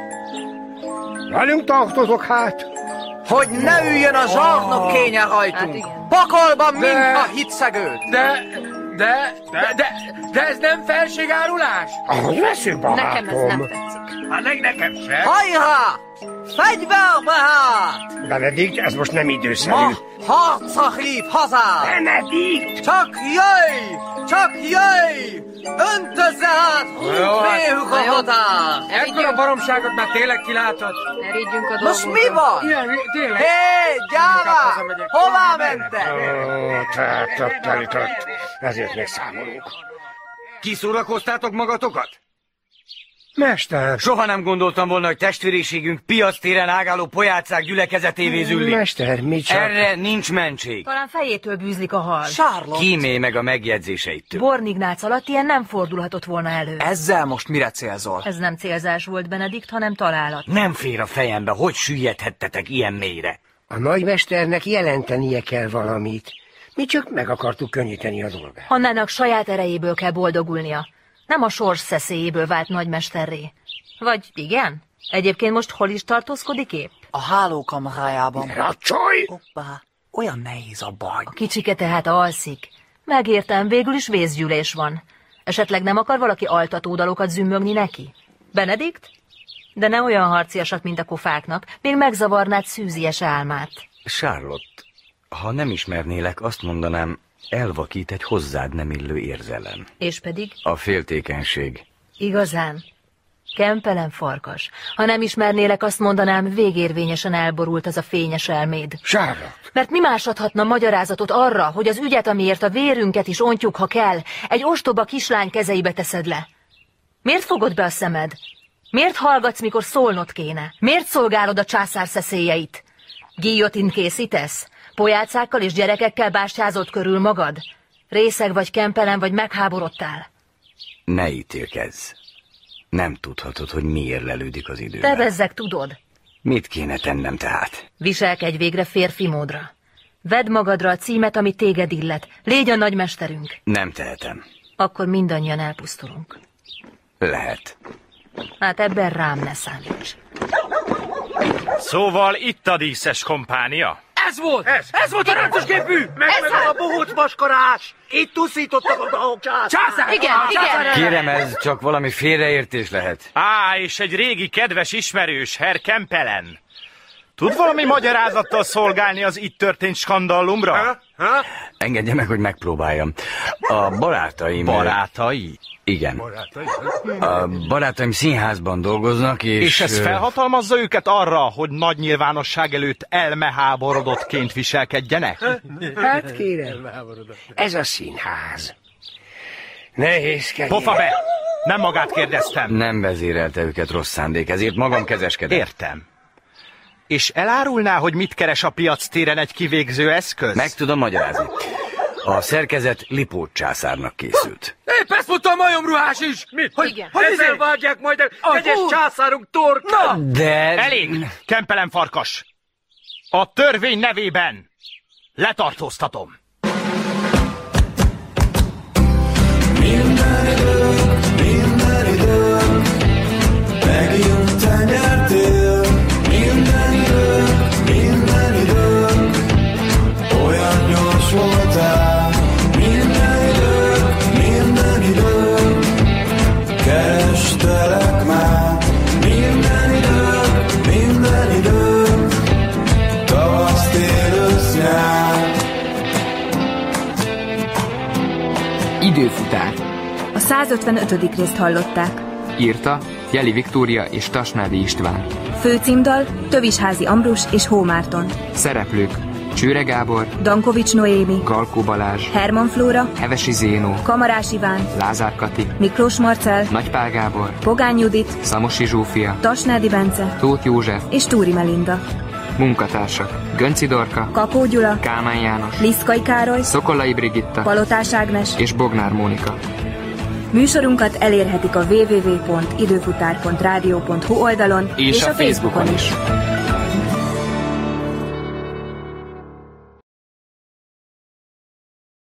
S24: Velünk tartozok hát.
S4: Hogy ne üljön a zsarnok kénye
S23: Hát
S4: rajtunk. Pakolba mind a hitszegőt.
S3: De, de, de, de, de ez nem felségárulás?
S24: Ahogy veszünk, barátom.
S1: tetszik.
S3: Hát meg nekem sem.
S4: Hajrá! Fegyverbe hát!
S24: Benedikt, ez most nem időszerű.
S4: Ma harca hív hazá!
S24: Benedikt!
S4: Csak jöjj! Csak jöjj! Öntözze hát! Húvéjuk a hodát!
S3: Ekkora baromságot már tényleg kilátod?
S1: Erődjünk a
S4: Most mi van?
S3: Ilyen, tényleg.
S4: Hé, gyára! Hová mentek?
S24: Ó, te, te, te, te, ezért még számolunk.
S33: Kiszórakoztátok magatokat?
S24: Mester!
S33: Soha nem gondoltam volna, hogy testvériségünk piasztéren ágáló pojácák gyülekezetévé züllik.
S24: Mm, Mester, mit csak-
S33: Erre nincs mentség.
S23: Talán fejétől bűzlik a hal.
S4: Sárlott.
S33: Kímélj meg a megjegyzéseit.
S23: Bornignác alatt ilyen nem fordulhatott volna elő.
S33: Ezzel most mire célzol?
S23: Ez nem célzás volt, Benedikt, hanem találat.
S33: Nem fér a fejembe, hogy süllyedhettetek ilyen mélyre.
S24: A nagymesternek jelentenie kell valamit. Mi csak meg akartuk könnyíteni a dolgát.
S23: Hannának saját erejéből kell boldogulnia. Nem a sors szeszélyéből vált nagymesterré. Vagy igen? Egyébként most hol is tartózkodik épp?
S4: A hálókamrájában.
S24: Racsolj!
S4: Hoppá, olyan nehéz a baj.
S23: A kicsike tehát alszik. Megértem, végül is vészgyűlés van. Esetleg nem akar valaki altatódalokat zümmögni neki? Benedikt? De ne olyan harciasak, mint a kofáknak. Még megzavarnád szűzies álmát.
S34: Charlotte, ha nem ismernélek, azt mondanám, elvakít egy hozzád nem illő érzelem.
S23: És pedig
S34: A féltékenység.
S23: Igazán? Kempelen farkas. Ha nem ismernélek, azt mondanám, végérvényesen elborult az a fényes elméd.
S24: Sára!
S23: Mert mi más adhatna magyarázatot arra, hogy az ügyet, amiért a vérünket is ontjuk, ha kell, egy ostoba kislány kezeibe teszed le? Miért fogod be a szemed? Miért hallgatsz, mikor szólnod kéne? Miért szolgálod a császár szeszélyeit? Gíjotin készítesz? Pojácákkal és gyerekekkel bástyázod körül magad? Részeg vagy kempelen, vagy megháborodtál?
S34: Ne ítélkezz. Nem tudhatod, hogy miért lelődik az idő.
S23: Te bezzeg tudod.
S34: Mit kéne tennem tehát?
S23: Viselkedj végre férfi módra. Vedd magadra a címet, ami téged illet. Légy a nagymesterünk.
S34: Nem tehetem.
S23: Akkor mindannyian elpusztulunk.
S34: Lehet.
S23: Hát ebben rám ne számíts.
S20: Szóval itt a díszes kompánia?
S3: Ez volt! Ez, ez volt a ráncos gépű! Meg,
S23: Ez
S3: meg
S23: hát-
S3: a bohóc maskarás! Itt uszítottak a dolgok császár!
S23: Igen,
S3: Ah,
S23: igen.
S3: császár!
S34: Kérem, ez csak valami félreértés lehet.
S20: Á, és egy régi kedves ismerős, Herr Kempelen. Tud valami magyarázattal szolgálni az itt történt skandallumra?
S34: Ha? Engedje meg, hogy megpróbáljam. A barátaim...
S20: Barátai?
S34: Igen. A barátaim színházban dolgoznak, és...
S20: És ez
S34: ö,
S20: felhatalmazza őket arra, hogy nagy nyilvánosság előtt elmeháborodottként viselkedjenek?
S22: Hát kérem, ez a színház. Nehézkedj.
S20: Pofa be! Nem magát kérdeztem.
S34: Nem vezérelte őket rossz szándék, ezért magam kezeskedem.
S20: Értem. És elárulná, hogy mit keres a piac téren egy kivégző eszköz?
S34: Meg tudom magyarázni. A szerkezet Lipót császárnak készült.
S15: Épp ezt mondta a majomruhás is! Mit? Hogy, Igen. hogy
S3: izé?
S15: ezzel vágják majd a egyes császárunk torkát!
S34: De...
S20: Elég! Kempelem farkas! A törvény nevében letartóztatom.
S8: Minden időm, megint te nyertél. Minden időm, minden időm, olyan gyors voltál. Minden időm, minden időm, kerestelek már. Minden időm, minden időm, tavasz, tél, ősz, nyár.
S7: Időfutár.
S16: A 155. részt hallották.
S7: Írta Jeli Viktória és Tasnádi István.
S16: Főcímdal Tövisházi Ambrus és Hómárton.
S7: Szereplők Csőre Gábor,
S16: Dankovics Noémi,
S7: Galkó Balázs,
S16: Herman Flóra,
S7: Hevesi Zénó,
S16: Kamarás Iván,
S7: Lázár Kati,
S16: Miklós Marcel,
S7: Nagypál Gábor,
S16: Pogány Judit,
S7: Szamosi Zsófia,
S16: Tasnádi Bence
S7: Tóth József,
S16: és Túri Melinda.
S7: munkatársak Gönci Dorka,
S16: Kakó Gyula,
S7: Kálmán János,
S16: Liszkai Károly,
S7: Szokolai Brigitta
S16: Palotás Ágnes.
S7: és Bognár Mónika.
S16: Műsorunkat elérhetik a www.időfutár.rádió.hu oldalon
S7: És a Facebookon is.
S16: is.